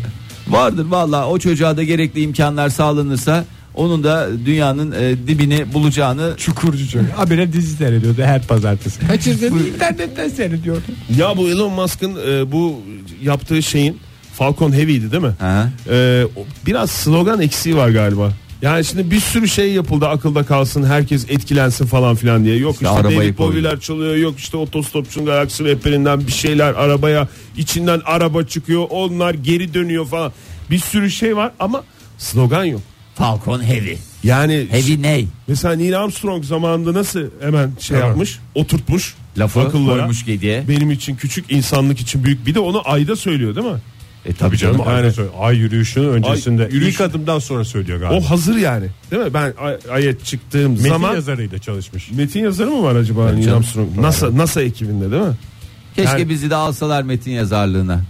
S5: Vardır valla o çocuğa da gerekli imkanlar sağlanırsa onun da dünyanın e, dibini bulacağını
S3: Çukurcu çocuk. Habire dizi seyrediyordu her pazartesi. Kaçırdığını internetten seyrediyordu.
S4: Ya bu Elon Musk'ın e, bu yaptığı şeyin Falcon Heavy'ydi değil mi?
S5: Hı.
S4: E, o- biraz slogan eksiği var galiba. Yani şimdi bir sürü şey yapıldı akılda kalsın herkes etkilensin falan filan diye. Yok işte,
S5: arabayı koyuyor.
S4: David Bowie'ler çalıyor yok işte otostopçunun galaksi rehberinden bir şeyler arabaya içinden araba çıkıyor onlar geri dönüyor falan. Bir sürü şey var ama slogan yok.
S5: Falcon Heavy.
S4: Yani
S5: Heavy ney?
S4: mesela Neil Armstrong zamanında nasıl hemen şey yapmış oturtmuş
S5: Lafı
S4: akıllara.
S5: koymuş gediye. E,
S4: Benim için küçük insanlık için büyük. Bir de onu ayda söylüyor değil mi?
S5: E tabii canım.
S3: Aynen söylüyor. Ay yürüyüşünün öncesinde.
S4: Ay yürüyüş-
S3: ilk adımdan sonra söylüyor galiba.
S4: O hazır yani. Değil mi? Ben ay- ayet çıktığım
S3: Metin
S4: zaman
S3: yazarıyla çalışmış.
S4: Metin yazarı mı var acaba Neil
S5: canım.
S4: Armstrong? NASA NASA ekibinde değil mi?
S5: Keşke
S4: Yani-
S5: bizi de alsalar metin yazarlığına.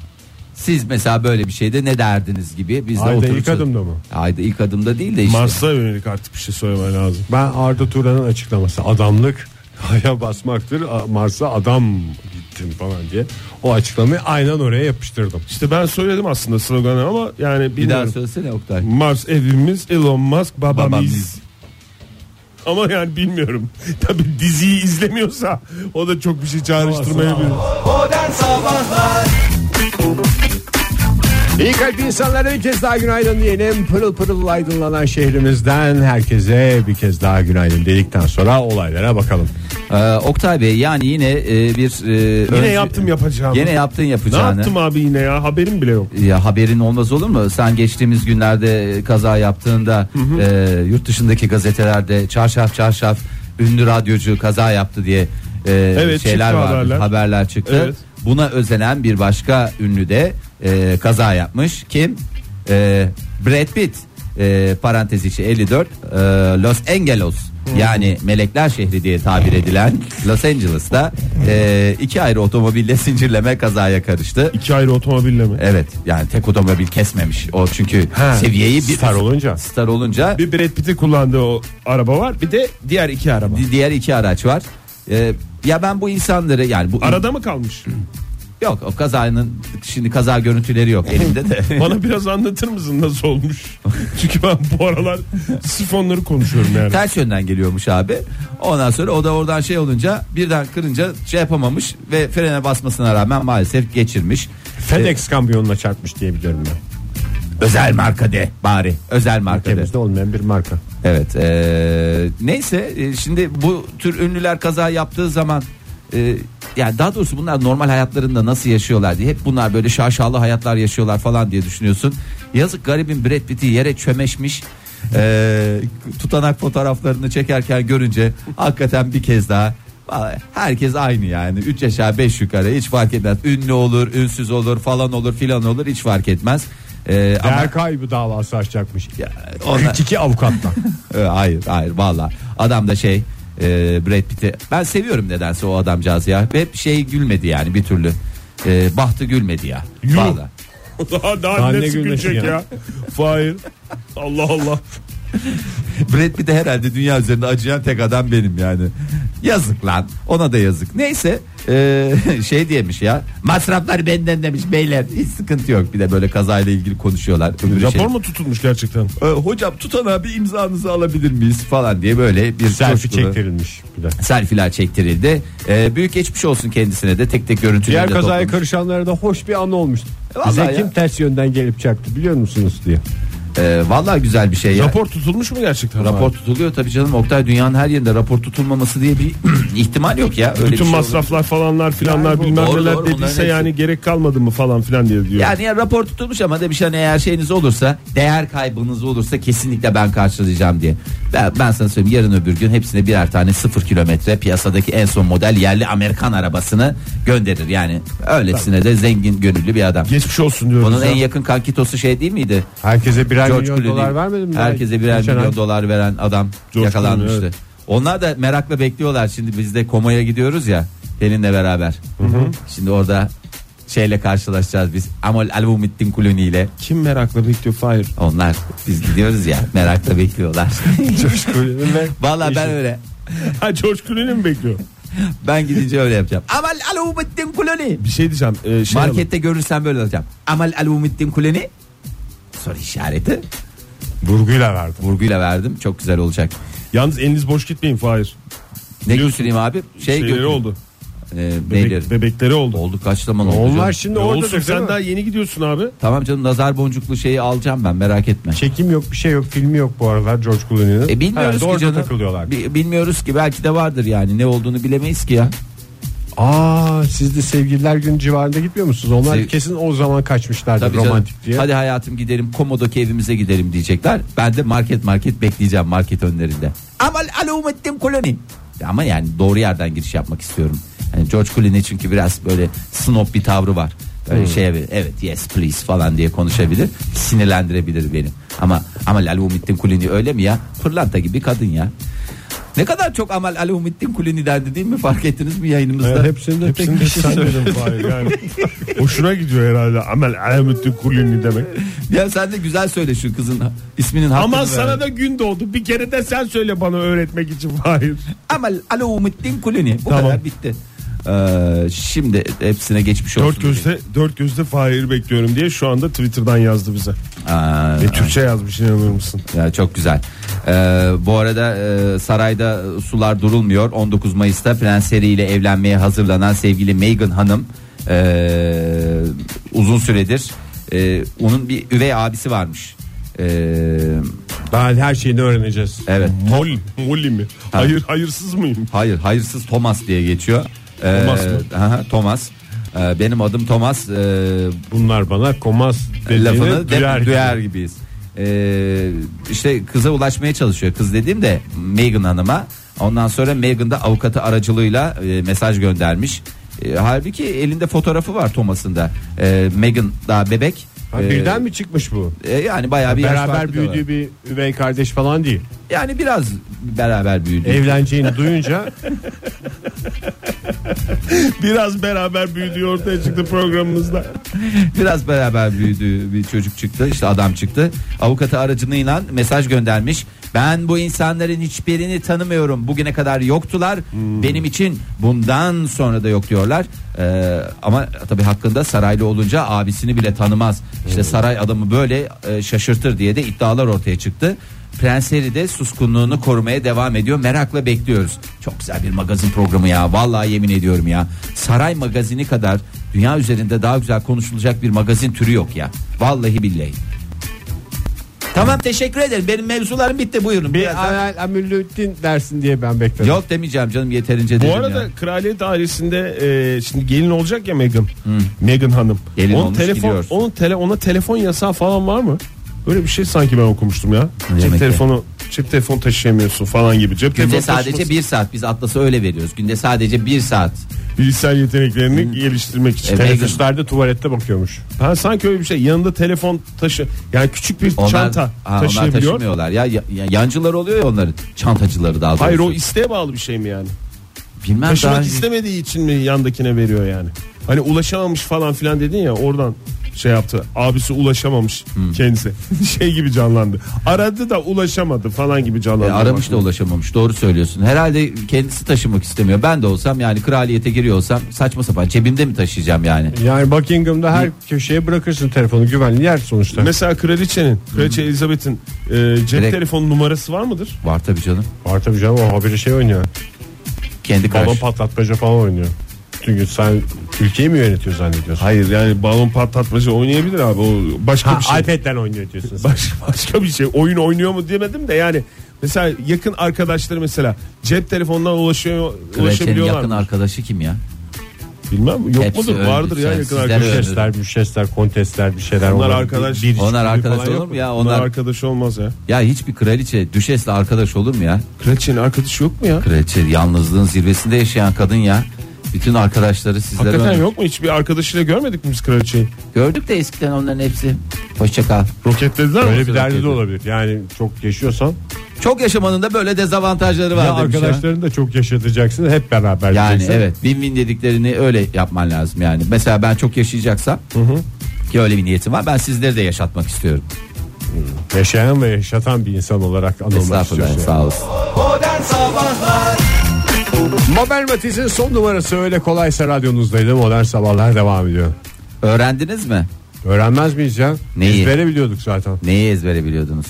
S5: Siz mesela böyle bir şeyde ne derdiniz gibi biz de
S3: Ayda
S5: oturursak-
S3: ilk adımda mı?
S5: Ayda ilk adımda değil de işte.
S4: Mars'a yönelik artık bir şey söylemen lazım.
S3: Ben Arda Turan'ın açıklaması adamlık (laughs) aya basmaktır a- Mars'a adam gittim falan diye o açıklamayı aynen oraya yapıştırdım.
S4: İşte ben söyledim aslında sloganı ama yani
S5: bir daha
S4: bilmiyorum.
S5: söylesene Oktay.
S4: Mars evimiz Elon Musk babamız.
S5: Babamız.
S4: Ama yani bilmiyorum. (laughs) Tabii diziyi izlemiyorsa o da çok bir şey çağrıştırmayabilir.
S2: Modern Sabahlar
S3: İyi kalp insanlara bir kez daha günaydın diyelim. Pırıl pırıl aydınlanan şehrimizden herkese bir kez daha günaydın dedikten sonra olaylara bakalım.
S5: Ee, Oktay Bey yani yine e, bir... e,
S4: Yine
S5: önce-
S4: yaptım yapacağımı.
S5: Yine yaptın
S4: ne
S5: yapacağını.
S4: yaptım abi yine ya haberim bile yok.
S5: Ya haberin olmaz olur mu? Sen geçtiğimiz günlerde e, kaza yaptığında e, yurt dışındaki gazetelerde çarşaf çarşaf ünlü radyocu kaza yaptı diye e,
S4: Evet,
S5: şeyler
S4: çıktı
S5: vardı, haberler.
S4: haberler.
S5: çıktı.
S4: Evet.
S5: Buna özenen bir başka ünlü de e, kaza yapmış. Kim? E, Brad Pitt. E, parantez içi 54 e, Los Angeles yani melekler şehri diye tabir edilen Los Angeles'ta e, iki ayrı otomobille (laughs) zincirleme kazaya karıştı.
S4: İki ayrı otomobille mi?
S5: Evet yani tek otomobil kesmemiş. O çünkü seviyeyi bir
S3: star olunca.
S5: Star olunca
S4: Bir Brad Pitt'in kullandığı o araba var. Bir de diğer iki araba.
S5: di- diğer iki araç var. Ee, ya ben bu insanları yani bu
S4: Arada
S5: (laughs)
S4: mı kalmış?
S5: yok o kazanın şimdi kaza görüntüleri yok elimde de.
S3: (laughs)
S4: Bana biraz anlatır mısın
S5: (laughs)
S4: nasıl olmuş? Çünkü ben bu aralar sifonları konuşuyorum yani.
S5: Ters yönden geliyormuş abi. Ondan sonra o da oradan şey olunca birden kırınca şey yapamamış ve frene basmasına rağmen maalesef geçirmiş.
S3: FedEx kamyonuna çarpmış diyebilirim ben.
S5: Özel marka de bari. Özel marka de.
S3: Ülkemizde olmayan bir marka.
S5: Evet. eee, neyse e, şimdi bu tür ünlüler kaza yaptığı zaman e, yani daha doğrusu bunlar normal hayatlarında nasıl yaşıyorlar diye hep bunlar böyle şaşalı hayatlar yaşıyorlar falan diye düşünüyorsun. Yazık garibin Brad Pitt'i yere çömeşmiş. Eee, tutanak fotoğraflarını çekerken görünce hakikaten bir kez daha vallahi herkes aynı yani 3 aşağı 5 yukarı hiç fark etmez ünlü olur ünsüz olur falan olur filan olur hiç fark etmez Eee ama
S3: Değer kaybı davası açacakmış.
S5: Ya, ona-
S3: 42 avukatla. (laughs)
S5: Ee, hayır hayır valla adam da şey e, Brad Pitt'i ben seviyorum nedense o adamcağız ya ve hep şey gülmedi yani bir türlü E, bahtı gülmedi ya valla
S4: (laughs) daha daha,
S3: Daha ne
S4: ne sıkılacak
S3: gülmesin
S4: ya.
S3: ya.
S4: Fahir. Allah Allah.
S5: Brad Pitt'e herhalde dünya üzerinde acıyan tek adam benim yani yazık lan ona da yazık neyse e, (laughs) şey diyemiş ya masraflar benden demiş beyler hiç sıkıntı yok bir de böyle kazayla ilgili konuşuyorlar Öbürü şey-
S4: Rapor mu tutulmuş gerçekten?
S5: E, hocam tutan abi imzanızı alabilir miyiz falan diye böyle bir
S3: Selfie
S5: coşkulu-
S3: çektirilmiş bir de.
S5: Selfiler çektirildi. Ee, büyük geçmiş olsun kendisine de tek tek görüntüleri
S3: Diğer
S5: de
S3: kazaya
S5: toplamış.
S3: karışanlara da hoş bir an olmuştu.
S5: Vallahi
S3: Bize
S5: ya.
S3: kim ters yönden gelip çarptı biliyor musunuz diye.
S5: Ee, vallahi güzel bir şey ya.
S4: Rapor tutulmuş mu gerçekten?
S5: Rapor tutuluyor tabii canım. Oktay dünyanın her yerinde rapor tutulmaması diye bir (clears throat) ihtimal yok ya. Öyle bir
S4: Bütün
S5: şey olur.
S4: masraflar falanlar filanlar
S5: Yani bu-
S4: bilmem
S5: Doğru,
S4: neler
S5: doğru, onların
S4: dediyse
S5: hepsi.
S4: yani gerek kalmadı mı falan filan diye diyor.
S5: Yani ya rapor tutulmuş ama demiş hani eğer şeyiniz olursa değer kaybınız olursa kesinlikle ben karşılayacağım diye. Ben, ben sana söyleyeyim yarın öbür gün hepsine birer tane sıfır kilometre piyasadaki en son model yerli Amerikan arabasını gönderir. Yani öylesine de zengin gönüllü bir adam.
S4: Geçmiş olsun diyoruz.
S5: Onun
S4: ya.
S5: en yakın kankitosu şey değil miydi?
S3: Herkese birer
S5: George
S3: Hani milyon
S5: Clooney.
S3: dolar vermedim mi?
S5: Herkese birer
S3: Geçen
S5: milyon
S3: ay.
S5: dolar veren adam
S4: George
S5: yakalanmıştı.
S4: Clooney, evet.
S5: Onlar da merakla bekliyorlar. Şimdi biz de Komo'ya gidiyoruz ya Pelin'le beraber. Şimdi orada şeyle karşılaşacağız biz. Amol Alvumittin Kuluni ile.
S4: Kim merakla bekliyor Fahir?
S5: Onlar biz gidiyoruz ya merakla bekliyorlar.
S3: (laughs)
S4: Clooney'nin ve-
S5: Vallahi ben öyle.
S4: (laughs) Ha George Clooney mi bekliyor?
S5: Ben gidince öyle yapacağım. Amol Alvumittin Kuluni.
S4: Bir şey diyeceğim. e, şey
S5: Markette görürsem böyle olacağım. Amol Alvumittin Kuluni. Soru işareti.
S3: Vurguyla verdim.
S5: Vurguyla verdim. Çok güzel olacak.
S4: alın. Yalnız eliniz boş gitmeyin Fahir.
S5: Ne
S4: Biliyorsun,
S5: götüreyim abi? Şey
S4: Şeyleri
S5: götür-
S4: oldu.
S5: Ee, neyleri?
S4: Bebek, bebekleri oldu.
S5: Oldu kaç zaman oldu?
S3: Onlar
S5: canım?
S3: şimdi
S4: E,
S3: orada
S4: olsun sen daha yeni gidiyorsun abi.
S5: Tamam canım nazar boncuklu şeyi alacağım ben merak etme.
S3: Çekim yok bir şey yok filmi yok bu aralar George Clooney'nin.
S5: E bilmiyoruz
S3: Herhalde
S5: ki
S3: orada
S5: canım.
S3: takılıyorlar.
S5: Bi- bilmiyoruz ki belki de vardır yani ne olduğunu bilemeyiz ki ya.
S3: Aa siz de sevgililer günü civarında gitmiyor musunuz? Onlar
S5: Sev-
S3: kesin o zaman kaçmışlardı
S5: Tabii
S3: romantik
S5: canım.
S3: diye.
S5: Hadi hayatım gidelim Komodo'ki evimize gidelim diyecekler. Ben de market market bekleyeceğim market önlerinde. Ama alumettim koloni. Ama yani doğru yerden giriş yapmak istiyorum. Yani George Clooney çünkü biraz böyle snob bir tavrı var. Böyle
S3: Hmm.
S5: şey evet yes please falan diye konuşabilir. Sinirlendirebilir beni. Ama ama alumettim koloni öyle mi ya? Pırlanta gibi kadın ya. Ne kadar çok Amal Alumittin Kulini dendi değil mi? Fark ettiniz mi yayınımızda?
S3: Evet, hepsini de tek kişi söyledi.
S4: Fahir yani.
S3: (laughs)
S4: Hoşuna gidiyor herhalde. Amel Alamettin
S5: (laughs)
S4: Kulini demek.
S5: (laughs) Ya sen de güzel söyle şu kızın isminin hakkını
S4: Ama
S5: ver.
S4: sana da gün doğdu. Bir kere de sen söyle bana öğretmek için Fahir.
S5: Amel Alaumuddin Kulüni. Bu
S4: Tamam.
S5: kadar bitti. Ee, şimdi hepsine geçmiş olsun.
S4: Dört gözle dört gözle Fahir bekliyorum diye şu anda Twitter'dan yazdı bize.
S5: Aa,
S4: Ve Türkçe yazmış inanır mısın?
S5: ya çok güzel. Ee, bu arada e, sarayda sular durulmuyor. 19 Mayıs'ta Prens Harry ile evlenmeye hazırlanan sevgili Meghan Hanım e, uzun süredir e, onun bir üvey abisi varmış. E,
S3: Ben her şeyini öğreneceğiz.
S5: evet.
S4: Mol, Molly mi? Hayır hayırsız mıyım?
S5: Hayır hayırsız Thomas diye geçiyor. Ee,
S4: Thomas mı?
S5: aha, Thomas. Ee, benim adım Thomas. Ee,
S3: Bunlar bana komas
S5: lafını
S3: dediğini
S5: de-
S3: duyar.
S5: duyar,
S3: gibi.
S5: gibiyiz. Ee, işte kıza ulaşmaya çalışıyor. Kız dediğim de Megan Hanım'a. Ondan sonra Megan da avukatı aracılığıyla e, mesaj göndermiş. E, halbuki elinde fotoğrafı var Thomas'ın da. E, Megan daha bebek.
S3: Ha,
S5: E,
S3: birden mi çıkmış bu?
S5: e, yani bayağı bir yaş
S3: Beraber
S5: farkı da var.
S3: büyüdüğü bir üvey kardeş falan değil.
S5: Yani biraz beraber büyüdü.
S3: Evleneceğini duyunca
S4: Biraz beraber büyüdüğü ortaya çıktı programımızda.
S5: (laughs) Biraz beraber büyüdü bir çocuk çıktı işte adam çıktı. Avukatı aracılığıyla mesaj göndermiş. Ben bu insanların hiçbirini tanımıyorum. Bugüne kadar yoktular. Benim için bundan sonra da yok diyorlar. Ee, ama tabii hakkında saraylı olunca abisini bile tanımaz. İşte saray adamı böyle e, şaşırtır diye de iddialar ortaya çıktı. Prens Harry de suskunluğunu korumaya devam ediyor. Merakla bekliyoruz. Çok güzel bir magazin programı ya. Vallahi yemin ediyorum ya. Saray magazini kadar dünya üzerinde daha güzel konuşulacak bir magazin türü yok ya. Vallahi billahi. Tamam teşekkür ederim. Benim mevzularım bitti. Buyurun.
S3: bir
S5: Biraz daha-
S3: Amel Amülüddin dersin diye ben bekledim.
S5: Yok demeyeceğim canım yeterince dedim
S4: Bu arada
S5: ya.
S4: kraliyet ailesinde e, şimdi gelin olacak ya Meghan. Meghan Hanım.
S5: Hmm. Gelin
S4: onun
S5: olmuş
S4: telefon
S5: gidiyor.
S4: onun tele ona telefon yasağı falan var mı? Böyle bir şey sanki ben okumuştum ya.
S5: demek
S4: Cep
S5: ya?
S4: telefonu cep telefon taşıyamıyorsun falan gibi. Cep
S5: Günde
S4: telefonu
S5: sadece
S4: taşıması-
S5: bir saat. Biz Atlas'a öyle veriyoruz. Günde sadece bir saat.
S4: bilgisayar yeteneklerini geliştirmek için.
S5: E,
S4: Tele-
S5: Meghan-
S3: Teneffüslerde tuvalette bakıyormuş.
S4: Ha, sanki öyle bir şey. Yanında telefon taşı yani küçük bir
S5: Onlar,
S4: çanta
S5: Ha, onlar
S4: taşıyabiliyor.
S5: taşımıyorlar. Ya, ya, ya yancılar oluyor ya onların. Çantacıları daha doğrusu.
S4: Hayır o isteğe bağlı bir şey mi yani?
S5: Bilmem
S4: Taşımak
S5: daha-
S4: istemediği için mi yandakine veriyor yani? Hani ulaşamamış falan filan dedin ya oradan şey yaptı. Abisi ulaşamamış
S5: Hmm.
S4: kendisi. (laughs) Şey gibi canlandı. Aradı da ulaşamadı falan gibi canlandı.
S5: E, aramış da ulaşamamış. Doğru söylüyorsun. Herhalde kendisi taşımak istemiyor. Ben de olsam yani kraliyete giriyor olsam saçma sapan cebimde mi taşıyacağım yani?
S3: Yani Buckingham'da her köşeye bırakırsın telefonu güvenli yer sonuçta.
S4: Mesela kraliçenin, kraliçe Elizabeth'in e, cep
S5: Hmm. Direkt-
S4: telefonu numarası var mıdır?
S5: Var tabii canım.
S3: Var tabii canım o haberi şey oynuyor.
S5: Kendi
S3: Balon
S5: karşı.
S3: patlatmaca falan oynuyor. bütün gün sen ülkeyi mi yönetiyor zannediyorsun?
S4: Hayır yani balon patlatmacı oynayabilir abi. O başka bir şey.
S3: Ha, iPad'den oynuyor diyorsun sen.
S4: Baş- başka bir şey. Oyun oynuyor mu demedim de yani mesela yakın arkadaşları mesela cep telefonundan ulaşıyor
S5: Kraliçenin
S4: ulaşabiliyorlar.
S5: yakın
S4: mı?
S5: arkadaşı kim ya?
S4: Bilmem yok
S5: Hepsi
S4: mudur
S5: öldü.
S4: vardır ya
S5: Sen-
S4: yakın
S5: sizler
S4: arkadaşlar.
S5: öldü.
S3: Jestler, müşestler, kontestler bir şeyler.
S4: Onlar
S3: olan
S4: arkadaş.
S3: bir- bir-
S5: Onlar arkadaş
S4: falan yok
S5: olur mu
S4: mu?
S5: ya?
S4: Onlar
S5: Onlar-
S4: arkadaş olmaz ya.
S5: Ya hiçbir kraliçe düşesle arkadaş olur mu ya?
S4: Kraliçenin arkadaşı yok mu ya?
S5: Kraliçe yalnızlığın zirvesinde yaşayan kadın ya. Bütün arkadaşları sizlere
S4: Hakikaten
S5: örnek.
S4: yok mu? Hiçbir arkadaşıyla görmedik mi biz kraliçeyi?
S5: Gördük de eskiden onların hepsi. Hoşça kal.
S4: Roketlediler mi?
S3: Öyle bir derdi de olabilir. Yani çok yaşıyorsan
S5: Çok yaşamanın da böyle dezavantajları var
S3: ya
S5: demiş ya.
S3: arkadaşlarını da çok yaşatacaksın hep beraber.
S5: Yani
S3: diyeceksin.
S5: evet win win dediklerini öyle yapman lazım yani. Mesela ben çok yaşayacaksam ki öyle bir niyetim var. Ben sizleri de yaşatmak istiyorum.
S3: Yaşayan ve yaşatan bir insan olarak anılmak
S5: Estağfurullah
S3: istiyorsun.
S5: sağ olsun.
S2: Modern Sabahlar
S3: Mabel Matiz'in son numarası öyle kolaysa radyonuzdaydı. Modern Sabahlar devam ediyor.
S5: Öğrendiniz mi?
S3: Öğrenmez miyiz ya?
S5: Neyi?
S3: Ezbere biliyorduk zaten.
S5: Neyi ezbere biliyordunuz?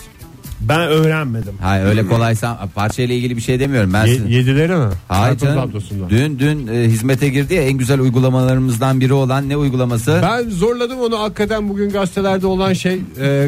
S4: Ben öğrenmedim.
S5: Hayır öyle kolaysa parçayla ilgili bir şey demiyorum. Ben
S3: Ye-
S5: siz-
S3: yedileri mi?
S5: Hayır
S3: Çarpım
S5: canım.
S3: tablosunda.
S5: Dün dün e, hizmete girdi ya en güzel uygulamalarımızdan biri olan ne uygulaması?
S3: Ben zorladım onu hakikaten bugün gazetelerde olan şey e,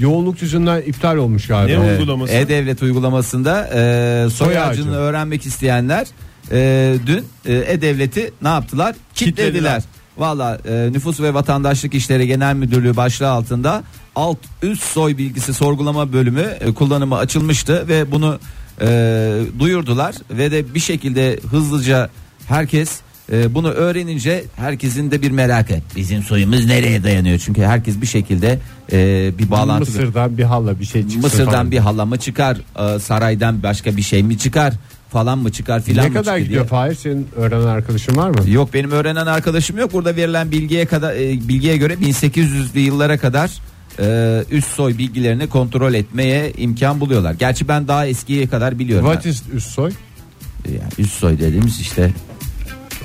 S3: yoğunluk yüzünden iptal olmuş galiba.
S4: Ne
S5: E,
S4: uygulaması?
S5: E-Devlet uygulamasında e, soy,
S3: Soy
S5: ağacını
S3: ağacı.
S5: öğrenmek isteyenler e, dün e, E-Devlet'i ne yaptılar?
S4: Kitlediler.
S5: Kitlediler. Valla e, Nüfus ve Vatandaşlık İşleri Genel Müdürlüğü başlığı altında alt üst soy bilgisi sorgulama bölümü e, kullanıma açılmıştı ve bunu e, duyurdular ve de bir şekilde hızlıca herkes e, bunu öğrenince herkesin de bir merakı bizim soyumuz nereye dayanıyor çünkü herkes bir şekilde e, bir bağlantı
S3: Mısır'dan bir halla bir şey çıksın.
S5: Mısır'dan
S3: falan.
S5: bir hala mı çıkar e, saraydan başka bir şey mi çıkar falan mı çıkar filan
S3: Ne
S5: mı
S3: kadar
S5: çıkar
S3: gidiyor
S5: diye.
S3: Fahir senin öğrenen arkadaşın var mı?
S5: Yok benim öğrenen arkadaşım yok. Burada verilen bilgiye kadar e, bilgiye göre 1800'lü yıllara kadar e, üst soy bilgilerini kontrol etmeye imkan buluyorlar. Gerçi ben daha eskiye kadar biliyorum.
S3: What is üst soy?
S5: Yani üst soy dediğimiz işte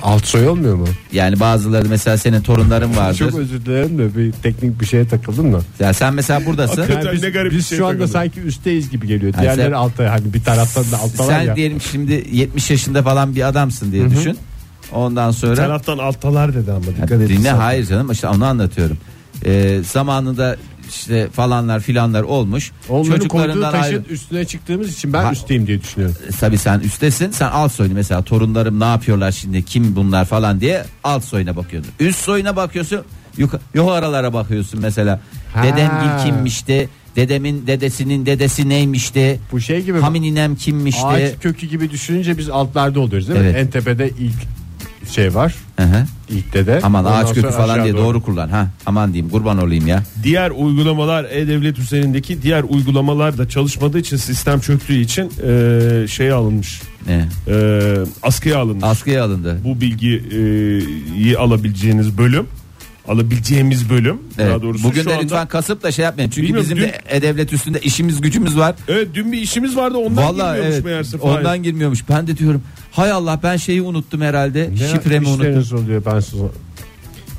S3: Alt soy olmuyor mu?
S5: yani bazıları mesela senin torunların
S3: Çok
S5: vardır.
S3: özür dilerim de bir teknik bir şeye takıldım da.
S5: Ya sen mesela buradasın.
S4: Hakikaten ne garip bir
S3: biz
S4: şeye
S3: şu anda
S4: takıldım.
S3: sanki üstteyiz gibi geliyor.
S5: Yani şey sen-
S3: Diğerleri altta hani bir taraftan da alttalar
S5: Sen
S3: ya.
S5: diyelim şimdi 70 yaşında falan bir adamsın diye düşün. Ondan sonra
S4: Taraftan alttalar dedi ama dikkat
S5: Ya
S4: edin.
S5: dinle
S4: sen.
S5: hayır canım işte onu anlatıyorum. Ee, zamanında işte falanlar filanlar olmuş.
S3: Onların koyduğu
S5: Çocuklarından
S3: taşın
S5: ayrı.
S3: üstüne çıktığımız için ben
S5: Ha-
S3: üstteyim diye düşünüyorum.
S5: E, Tabii sen üstesin sen alt soyunu mesela torunlarım ne yapıyorlar şimdi kim bunlar falan diye alt soyuna bakıyorsun. Üst soyuna bakıyorsun yuka- yukarılara bakıyorsun mesela.
S3: Ha.
S5: Dedem gil kimmişti dedemin dedesinin dedesi neymişti.
S3: Bu şey gibi mi?
S5: Hamininem kimmişti.
S3: Ağaç kökü gibi düşününce biz altlarda oluyoruz değil
S5: Evet.
S3: mi? En tepede ilk şey var.
S5: Hı hı.
S3: İlk dede.
S5: Aman
S3: Ondan
S5: ağaç kökü
S3: sonra
S5: falan
S3: aşağı
S5: diye doğru. kullan. Ha aman diyeyim kurban olayım ya.
S4: Diğer uygulamalar E-Devlet üzerindeki diğer uygulamalar da çalışmadığı için sistem çöktüğü için e, şey alınmış.
S5: Ne?
S4: E, askıya alınmış.
S5: Askıya alındı.
S4: Bu bilgiyi alabileceğiniz bölüm alabileceğimiz bölüm
S5: Evet,
S4: daha doğrusu
S5: bugün
S4: şu
S5: de
S4: anda
S5: lütfen kasıp da şey yapmayın. Çünkü
S4: Bilmiyorum,
S5: bizim de e-devlet üstünde işimiz gücümüz var.
S4: Evet dün bir işimiz vardı ondan
S5: Vallahi
S4: girmiyormuş
S5: evet,
S4: meğerse. Fahir.
S5: ondan girmiyormuş. Ben de diyorum hay Allah ben şeyi unuttum herhalde.
S3: Ne
S5: Şifremi unuttum.
S3: işleriniz oluyor ben size.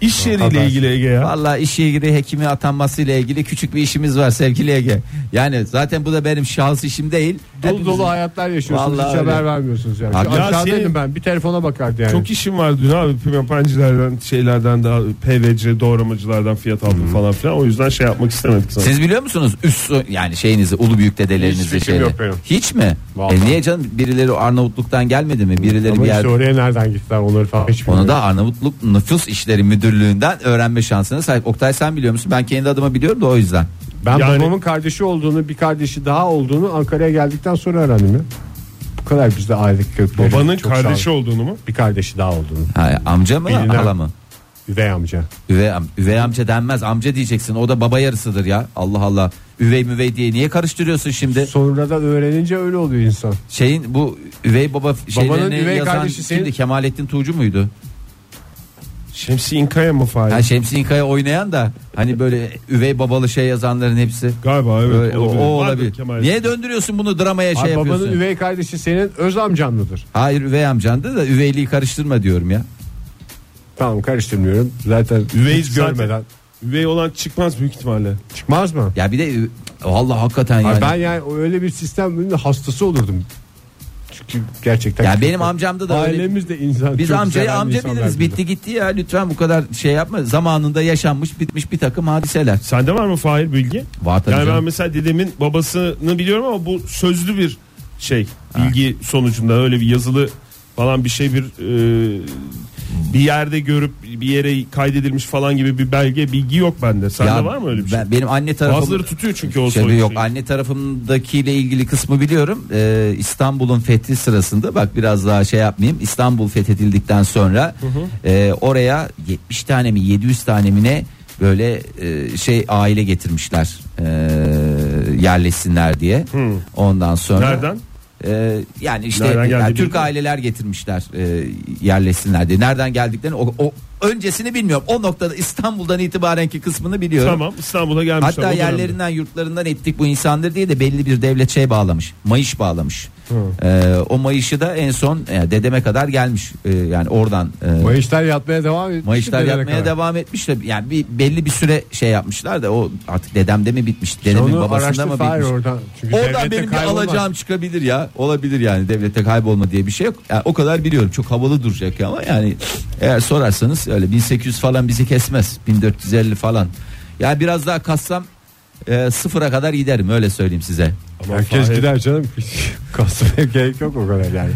S4: İş yeriyle
S3: Haber.
S4: ilgili Ege ya.
S5: Vallahi işle ilgili hekimi atanmasıyla ilgili küçük bir işimiz var sevgili Ege. Yani zaten bu da benim şahıs işim değil.
S3: Dolu
S5: Hepimizin-
S3: dolu hayatlar yaşıyorsunuz
S5: Vallahi
S3: hiç
S5: öyle.
S3: haber vermiyorsunuz yani.
S5: Abi-
S3: Şu
S4: Ya
S3: aşağıdaydım
S4: senin-
S3: ben bir telefona bakardı yani.
S4: Çok işim var dün abi pimepancilerden şeylerden daha PVC doğramacılardan fiyat aldım falan filan o yüzden şey yapmak istemedik sana.
S5: Siz biliyor musunuz üst soy- yani şeyinizi ulu büyük
S4: Hiç
S5: dedelerinizi
S4: fikrim
S5: şeyini.
S4: yok benim.
S5: Hiç mi?
S3: Vallahi.
S5: E niye canım birileri Arnavutluk'tan gelmedi mi? Birileri
S3: Ama
S5: bir yer
S3: işte oraya nereden gittiler onları falan hiç
S5: Onu
S3: bilmiyorum.
S5: da Arnavutluk Nüfus İşleri Müdürlüğü'nden öğrenme şansına sahip. Oktay sen biliyor musun? Ben kendi adıma biliyorum da o yüzden.
S3: Ben
S4: Yani-
S3: babamın kardeşi olduğunu bir kardeşi daha olduğunu Ankara'ya geldikten sonra öğrendim ya. Bu kadar bizde aylık kökleri.
S4: Babanın
S3: Çok
S4: kardeşi
S3: sağ ol.
S4: olduğunu mu?
S3: Bir kardeşi daha olduğunu.
S5: Ha, amca mı
S3: Bilinen.
S5: hala mı?
S3: Üvey amca.
S5: Üvey, am- üvey amca denmez amca diyeceksin o da baba yarısıdır ya Allah Allah üvey müvey diye niye karıştırıyorsun şimdi
S3: Sonradan öğrenince öyle oluyor insan.
S5: şeyin bu üvey baba f-
S3: Babanın
S5: şeylerini
S3: üvey
S5: yazan
S3: kardeşi senin-
S5: kimdi Kemalettin Tuğcu muydu
S4: Şemsi İnkaya mı Fahir?
S5: ha, Şemsi İnkaya oynayan da hani böyle üvey babalı şey yazanların hepsi
S4: Galiba evet
S5: Böyle- o,
S4: olabilir.
S5: o
S4: Vardır
S5: olabilir
S4: Kemal.
S5: niye döndürüyorsun bunu dramaya şey
S3: Abi
S5: yapıyorsun
S3: babanın üvey kardeşi senin öz amcan mıdır?
S5: hayır üvey amcandı da üveyliği karıştırma diyorum ya
S3: Tamam karıştırmıyorum. Zaten
S4: Üvey
S3: hiç
S4: zaten-
S3: görmeden
S4: Üvey olan çıkmaz büyük ihtimalle.
S3: çıkmaz mı?
S5: ya bir de ü- Allah hakikaten
S3: Ay
S5: yani
S3: Ben yani öyle bir sistem hastası olurdum. Çünkü gerçekten.
S5: Ya benim amcamda da öyle.
S3: Ailemiz de insan.
S5: Biz
S3: çok
S5: amcayı
S3: seven
S5: amca
S3: insanlar
S5: biliriz.
S3: bizim.
S5: Bitti gitti ya lütfen bu kadar şey yapma. Zamanında yaşanmış bitmiş bir takım hadiseler.
S4: Sende var mı Fahir bilgi?
S5: Var tabii
S4: yani ben
S5: canım.
S4: mesela dedemin babasını biliyorum ama bu sözlü bir şey. Bilgi sonucunda öyle bir yazılı falan bir şey bir e, bir yerde görüp bir yere kaydedilmiş falan gibi bir belge bilgi yok bende. Sende
S5: Ya
S4: var mı öyle bir şey?
S5: ben- benim anne tarafım
S4: Bazıları tutuyor çünkü o
S5: Şey de
S4: soyu.
S5: yok anne tarafımdakiyle ilgili kısmı biliyorum. Ee, İstanbul'un fethi sırasında bak biraz daha şey yapmayayım. İstanbul fethedildikten sonra e, oraya 70 tane mi 700 tane mi ne böyle e, şey aile getirmişler. E, yerleşsinler diye. Ondan sonra
S4: Nereden?
S5: E, yani işte
S4: Nereden geldi
S5: yani
S4: bilmiyorum.
S5: Türk aileler getirmişler e, yerleşsinler diye. Nereden geldiklerini o, o öncesini bilmiyorum. O noktada İstanbul'dan itibarenki kısmını biliyorum.
S4: Tamam İstanbul'a gelmişler.
S5: Hatta
S4: o dönemde.
S5: yerlerinden yurtlarından ettik bu insandır diye de belli bir devlet şey bağlamış. Mayış bağlamış. Ee, o mayışı da en son e, dedeme kadar gelmiş. Ee, yani oradan e,
S3: Mayışlar yatmaya devam ediyor.
S5: mayışlar
S3: Şimdilere
S5: yapmaya
S3: kadar.
S5: devam etmişler. Yani bir belli bir süre şey yapmışlar da o artık dedemde mi bitmiş, dedemin
S3: Onu
S5: babasında
S3: araştır
S5: mı
S3: Fahir
S5: bitmiş?
S3: oradan. Çünkü
S5: Oradan
S3: devlette
S5: benim bir
S3: kaybolmaz.
S5: alacağım çıkabilir ya. Olabilir yani devlette kaybolma diye bir şey yok. Yani o kadar biliyorum. Çok havalı duracak ama yani eğer sorarsanız öyle 1800 falan bizi kesmez. 1450 falan. Ya biraz daha kassam e, sıfıra kadar giderim öyle söyleyeyim size.
S4: Ama
S3: Herkes
S4: Fahir-
S3: gider canım. (laughs) Kasmaya gerek yok o kadar yani.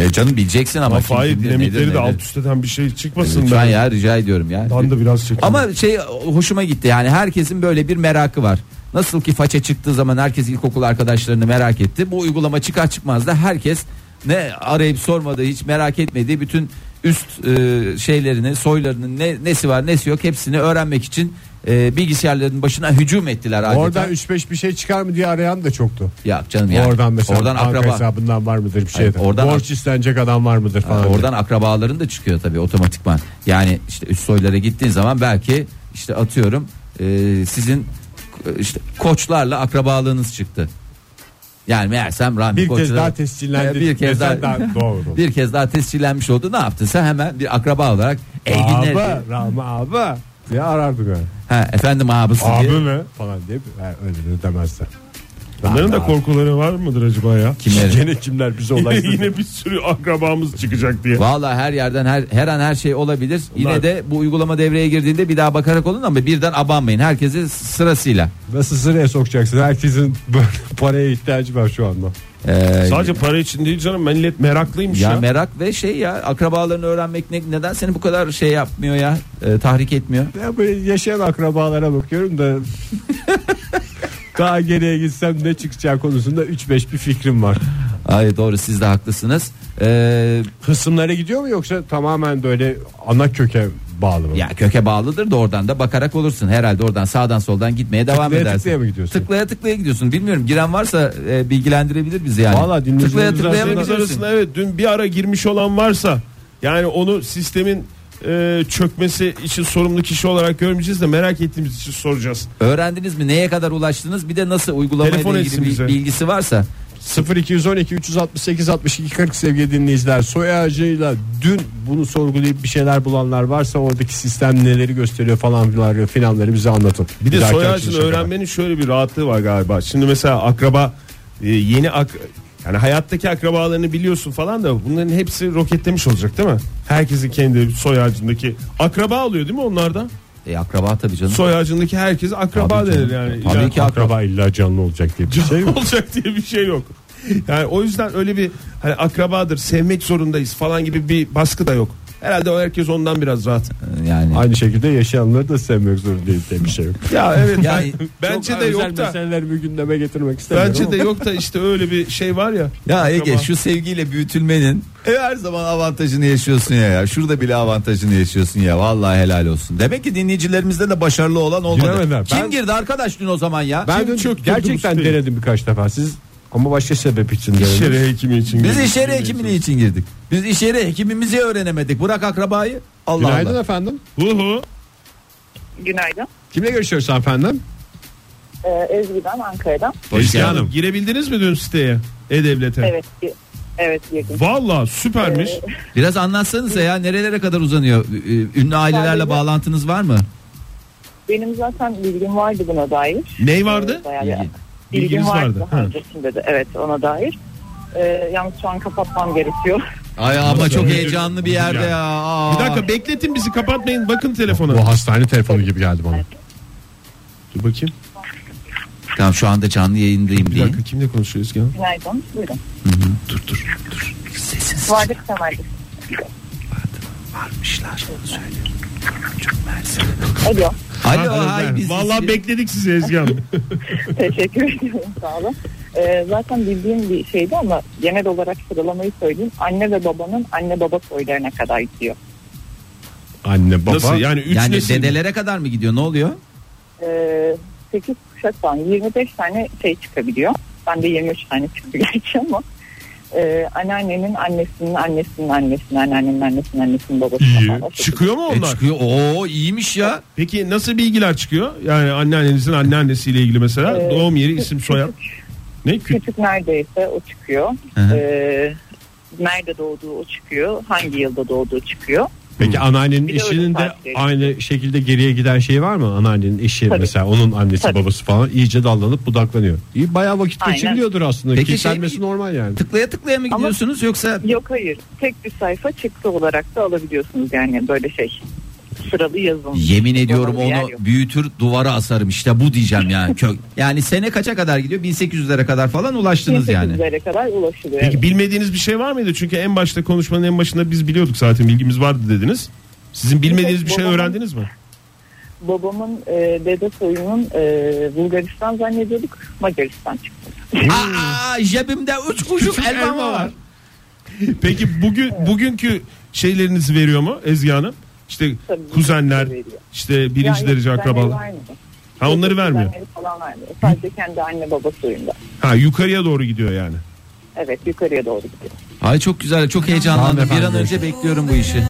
S5: E, canım bileceksin ama.
S4: Ama
S5: kim
S4: Fahir
S5: bilir
S4: dinamikleri
S5: nedir,
S4: de
S5: nedir.
S4: alt üst eden bir şey çıkmasın.
S5: Lütfen
S4: ben.
S5: ya rica ediyorum ya.
S4: Ben de biraz çekindim.
S5: Ama şey hoşuma gitti yani herkesin böyle bir merakı var. Nasıl ki faça çıktığı zaman herkes ilkokul arkadaşlarını merak etti. Bu uygulama çıkar çıkmaz da herkes ne arayıp sormadığı hiç merak etmediği bütün üst e, şeylerini soylarının ne, nesi var nesi yok hepsini öğrenmek için e, bilgisayarların başına hücum ettiler adeta.
S3: Oradan 3-5 bir şey çıkar mı diye arayan da çoktu.
S5: ya canım yani.
S3: Oradan mesela
S5: oradan
S3: banka
S5: akraba
S3: hesabından var mıdır bir
S5: Hayır,
S3: şeyden.
S5: oradan-
S3: Borç istenecek adam var mıdır falan. diye.
S5: Oradan akrabaların da çıkıyor tabii otomatikman. Yani işte üst soylara gittiğin zaman belki işte atıyorum e, sizin e, işte koçlarla akrabalığınız çıktı. Yani meğersem Rami
S3: bir kez
S5: Koç'la-
S3: daha tescillendi.
S5: E, Bir kez
S3: desen
S5: daha, (laughs)
S3: doğru.
S5: bir kez daha tescillenmiş oldu. Ne yaptın sen hemen bir akraba olarak ey dinler.
S3: Abi, Rahmi abi diye arardık öyle.
S5: Ha, efendim abisi diye.
S4: Abi mi?
S3: Falan diye öyle de demezler.
S4: Bunların da
S3: Rahmi
S4: korkuları var mıdır acaba ya?
S5: Kimleri?
S3: abi. Gene kimler
S4: (laughs)
S3: bize ulaştı.
S4: Yine bir sürü akrabamız çıkacak diye.
S5: Valla her yerden her her an her şey olabilir. Yine
S4: Bunlar-
S5: de bu uygulama devreye girdiğinde bir daha bakarak olun ama birden abanmayın. Herkesi sırasıyla.
S3: Nasıl sıraya sokacaksın? Herkesin (laughs) böyle paraya ihtiyacı var şu anda.
S5: Ee,
S4: Sadece para için değil canım millet meraklıymış ya.
S5: Ya merak ve şey ya akrabalarını öğrenmek ne, neden seni bu kadar şey yapmıyor ya e, tahrik etmiyor?
S3: Ya böyle yaşayan akrabalara bakıyorum da (laughs) daha geriye gitsem ne çıkacağı konusunda 3-5 bir fikrim var.
S5: Ay doğru siz de haklısınız. E,
S3: Hısımlara gidiyor mu yoksa tamamen böyle ana köke bağlı mı?
S5: ya köke bağlıdır da oradan da bakarak olursun herhalde oradan sağdan soldan gitmeye devam
S3: Tıklaya
S5: edersin.
S3: tıklaya mı gidiyorsun?
S5: Tıklaya tıklaya gidiyorsun. Bilmiyorum giren varsa e, bilgilendirebilir bizi yani.
S3: Vallahi dinleyicilerimiz
S5: tıklaya tıklaya mı
S4: Senin
S5: gidiyorsun?
S4: arasında evet dün bir ara girmiş olan varsa yani onu sistemin e, çökmesi için sorumlu kişi olarak görmeyeceğiz de merak ettiğimiz için soracağız.
S5: Öğrendiniz mi? Neye kadar ulaştınız? Bir de nasıl uygulamayla
S4: Telefon etsin
S5: ilgili bir
S4: bize.
S5: bilgisi varsa
S3: 0212 368 62 40 sevgili dinleyiciler soy ağacıyla dün bunu sorgulayıp bir şeyler bulanlar varsa oradaki sistem neleri gösteriyor falan filan filanları bize anlatın.
S4: Bir de
S3: dahaki
S4: soy ağacını
S3: açılışa kadar.
S4: öğrenmenin şöyle bir rahatlığı var galiba. Şimdi mesela akraba e, yeni ak yani hayattaki akrabalarını biliyorsun falan da bunların hepsi roketlemiş olacak değil mi? Herkesin kendi soy ağacındaki akraba alıyor değil mi onlardan?
S5: e, akraba tabii canım.
S4: Soy ağacındaki herkes akraba
S5: Tabii canım.
S4: denir yani.
S5: Tabii
S4: Yani
S5: ki akraba.
S3: akraba illa canlı olacak diye bir şey yok.
S4: olacak diye bir şey yok. Yani o yüzden öyle bir hani akrabadır, sevmek zorundayız falan gibi bir baskı da yok. Herhalde o herkes ondan biraz rahat.
S5: Yani
S3: Aynı şekilde yaşayanları da sevmek zorundayız diye bir şey yok.
S4: Ya evet.
S5: Yani
S4: bence
S3: Çok
S4: de
S3: özel
S4: yok da.
S3: meselelerimi gündeme getirmek istemiyorum.
S4: Bence
S3: ama
S4: de yok da işte öyle bir şey var ya.
S5: Ya Ege
S4: Akraba.
S5: şu sevgiyle büyütülmenin e, her zaman avantajını yaşıyorsun ya, ya. Şurada bile avantajını yaşıyorsun ya. Vallahi helal olsun. Demek ki dinleyicilerimizde de başarılı olan olmadı.
S3: Giremediler.
S5: Kim
S3: Ben-
S5: girdi arkadaş dün o zaman ya?
S3: Ben
S4: Kim
S3: dün
S4: çöktürdü
S3: gerçekten
S4: Mustafa'yı?
S3: denedim birkaç defa siz ama başka sebep için
S4: İş
S3: denedim.
S4: yeri hekimi için.
S5: Biz
S4: gelin.
S5: iş yeri hekimliği için girdik. Biz iş yeri hekimimizi öğrenemedik. Bırak akrabayı. Allah
S3: Günaydın
S5: Allah.
S3: efendim.
S4: Hu hu.
S7: Günaydın.
S3: Kimle görüşüyoruz efendim?
S7: Ee, Ezgi'den Ankara'dan.
S5: Hoş
S4: Ezgi
S5: geldin.
S4: Hanım, Girebildiniz mi dün siteye? E-Devlet'e.
S7: Evet. gi- Evet girdim.
S4: Valla süpermiş.
S5: Biraz anlatsanıza ya nerelere kadar uzanıyor? Ü- Ünlü ailelerle
S7: Sadece-
S5: bağlantınız var mı?
S7: Benim zaten bilgim vardı buna dair.
S4: Ney vardı?
S7: Ee, bayağı bir-
S5: İlgi.
S7: Bilgim
S4: Bilginiz
S7: vardı.
S4: vardı,
S7: Daha
S4: ha.
S7: öncesinde de evet ona dair. Ee, yalnız şu an kapatmam gerekiyor. (laughs)
S5: Ay ama çok heyecanlı bir yerde ya. Aa.
S4: Bir dakika bekletin bizi kapatmayın bakın telefona.
S3: Bu hastane telefonu gibi geldi bana.
S4: Dur bakayım.
S5: Tamam şu anda canlı yayındayım
S4: Bir
S5: diye.
S4: dakika kimle konuşuyoruz ya?
S7: Günaydın. Buyurun.
S5: Dur dur dur. Sessiz
S7: Vardık temeldir.
S5: varmışlar.
S7: Alo. (laughs)
S5: Alo hay biz.
S4: Vallahi bekledik sizi Ezgi Hanım.
S7: Teşekkür ediyorum. Sağ olun. Ee, zaten bildiğim bir şeydi ama genel olarak sıralamayı söyleyeyim. Anne ve babanın anne baba soylarına kadar gidiyor.
S3: Anne baba.
S4: Nasıl yani 3
S5: yani
S4: nesil.
S5: dedelere kadar mı gidiyor ne oluyor?
S7: Ee, 8 kuşak falan 25 tane şey çıkabiliyor. Ben de 23 tane çıktı (laughs) gerçi ama. Ee, anneannenin annesinin annesinin annesinin anneannenin annesinin annesinin babasının falan. O şekilde.
S4: Çıkıyor mu
S5: E
S4: onlar?
S5: çıkıyor. Oo iyiymiş ya.
S4: Peki nasıl bilgiler çıkıyor? Yani anneannenizin anneannesiyle ilgili mesela
S7: Ee,
S4: doğum yeri,
S7: küçük-
S4: isim, soyad.
S7: küçük-
S4: Ne? Kü-
S7: Küçük neredeyse o çıkıyor.
S5: Hı hı.
S7: Ee, nerede doğduğu o çıkıyor. Hangi yılda doğduğu çıkıyor.
S3: Peki anneannenin
S7: Bir de
S3: eşinin
S7: öyle
S3: de
S7: saatleri.
S3: aynı şekilde geriye giden şey var mı? Anneannenin eşi
S7: Tabii.
S3: mesela onun annesi
S7: Tabii.
S3: babası falan iyice dallanıp budaklanıyor. İyi bayağı vakit
S7: Aynen.
S3: geçiriliyordur aslında.
S5: Peki
S3: Peki
S5: şey
S3: Kilitlenmesi
S5: mi-
S3: normal yani.
S5: Tıklaya tıklaya mı
S7: Ama-
S5: gidiyorsunuz yoksa
S7: Yok hayır. Tek bir sayfa çıktı olarak da alabiliyorsunuz yani böyle şey. Sıralı yazılım.
S5: yemin ediyorum
S7: Olan bir
S5: (laughs)
S7: yer
S5: onu
S7: yok.
S5: büyütür duvara asarım işte bu diyeceğim yani kök. Yani sene kaça kadar gidiyor? 1800'lere kadar falan ulaştınız yani.
S7: 1800'lere kadar ulaşılıyor.
S4: Peki
S7: evet.
S4: bilmediğiniz bir şey var mıydı? Çünkü en başta konuşmanın en başında biz biliyorduk zaten bilgimiz vardı dediniz. Sizin bilmediğiniz bir şey
S7: Babamın-
S4: öğrendiniz mi?
S7: Babamın e, dede soyunun e, Bulgaristan zannediyorduk. Macaristan çıktı.
S5: Aa cebimde üç buçuk elma var.
S4: Peki bugün bugünkü şeylerinizi veriyor mu Ezgi Hanım? İşte
S7: Tabii,
S4: kuzenler,
S7: veriyor.
S4: işte birinci
S7: Yani
S4: derece
S7: kuzenleri
S4: akrabalar.
S7: vermiyor.
S4: Ha onları vermiyor.
S7: Kuzenleri Falan vermiyor. Sadece kendi anne baba soyunda.
S4: Ha yukarıya doğru gidiyor yani.
S7: Evet yukarıya doğru gidiyor.
S5: Ay çok güzel çok heyecanlandım bir an önce bekliyorum bu işi.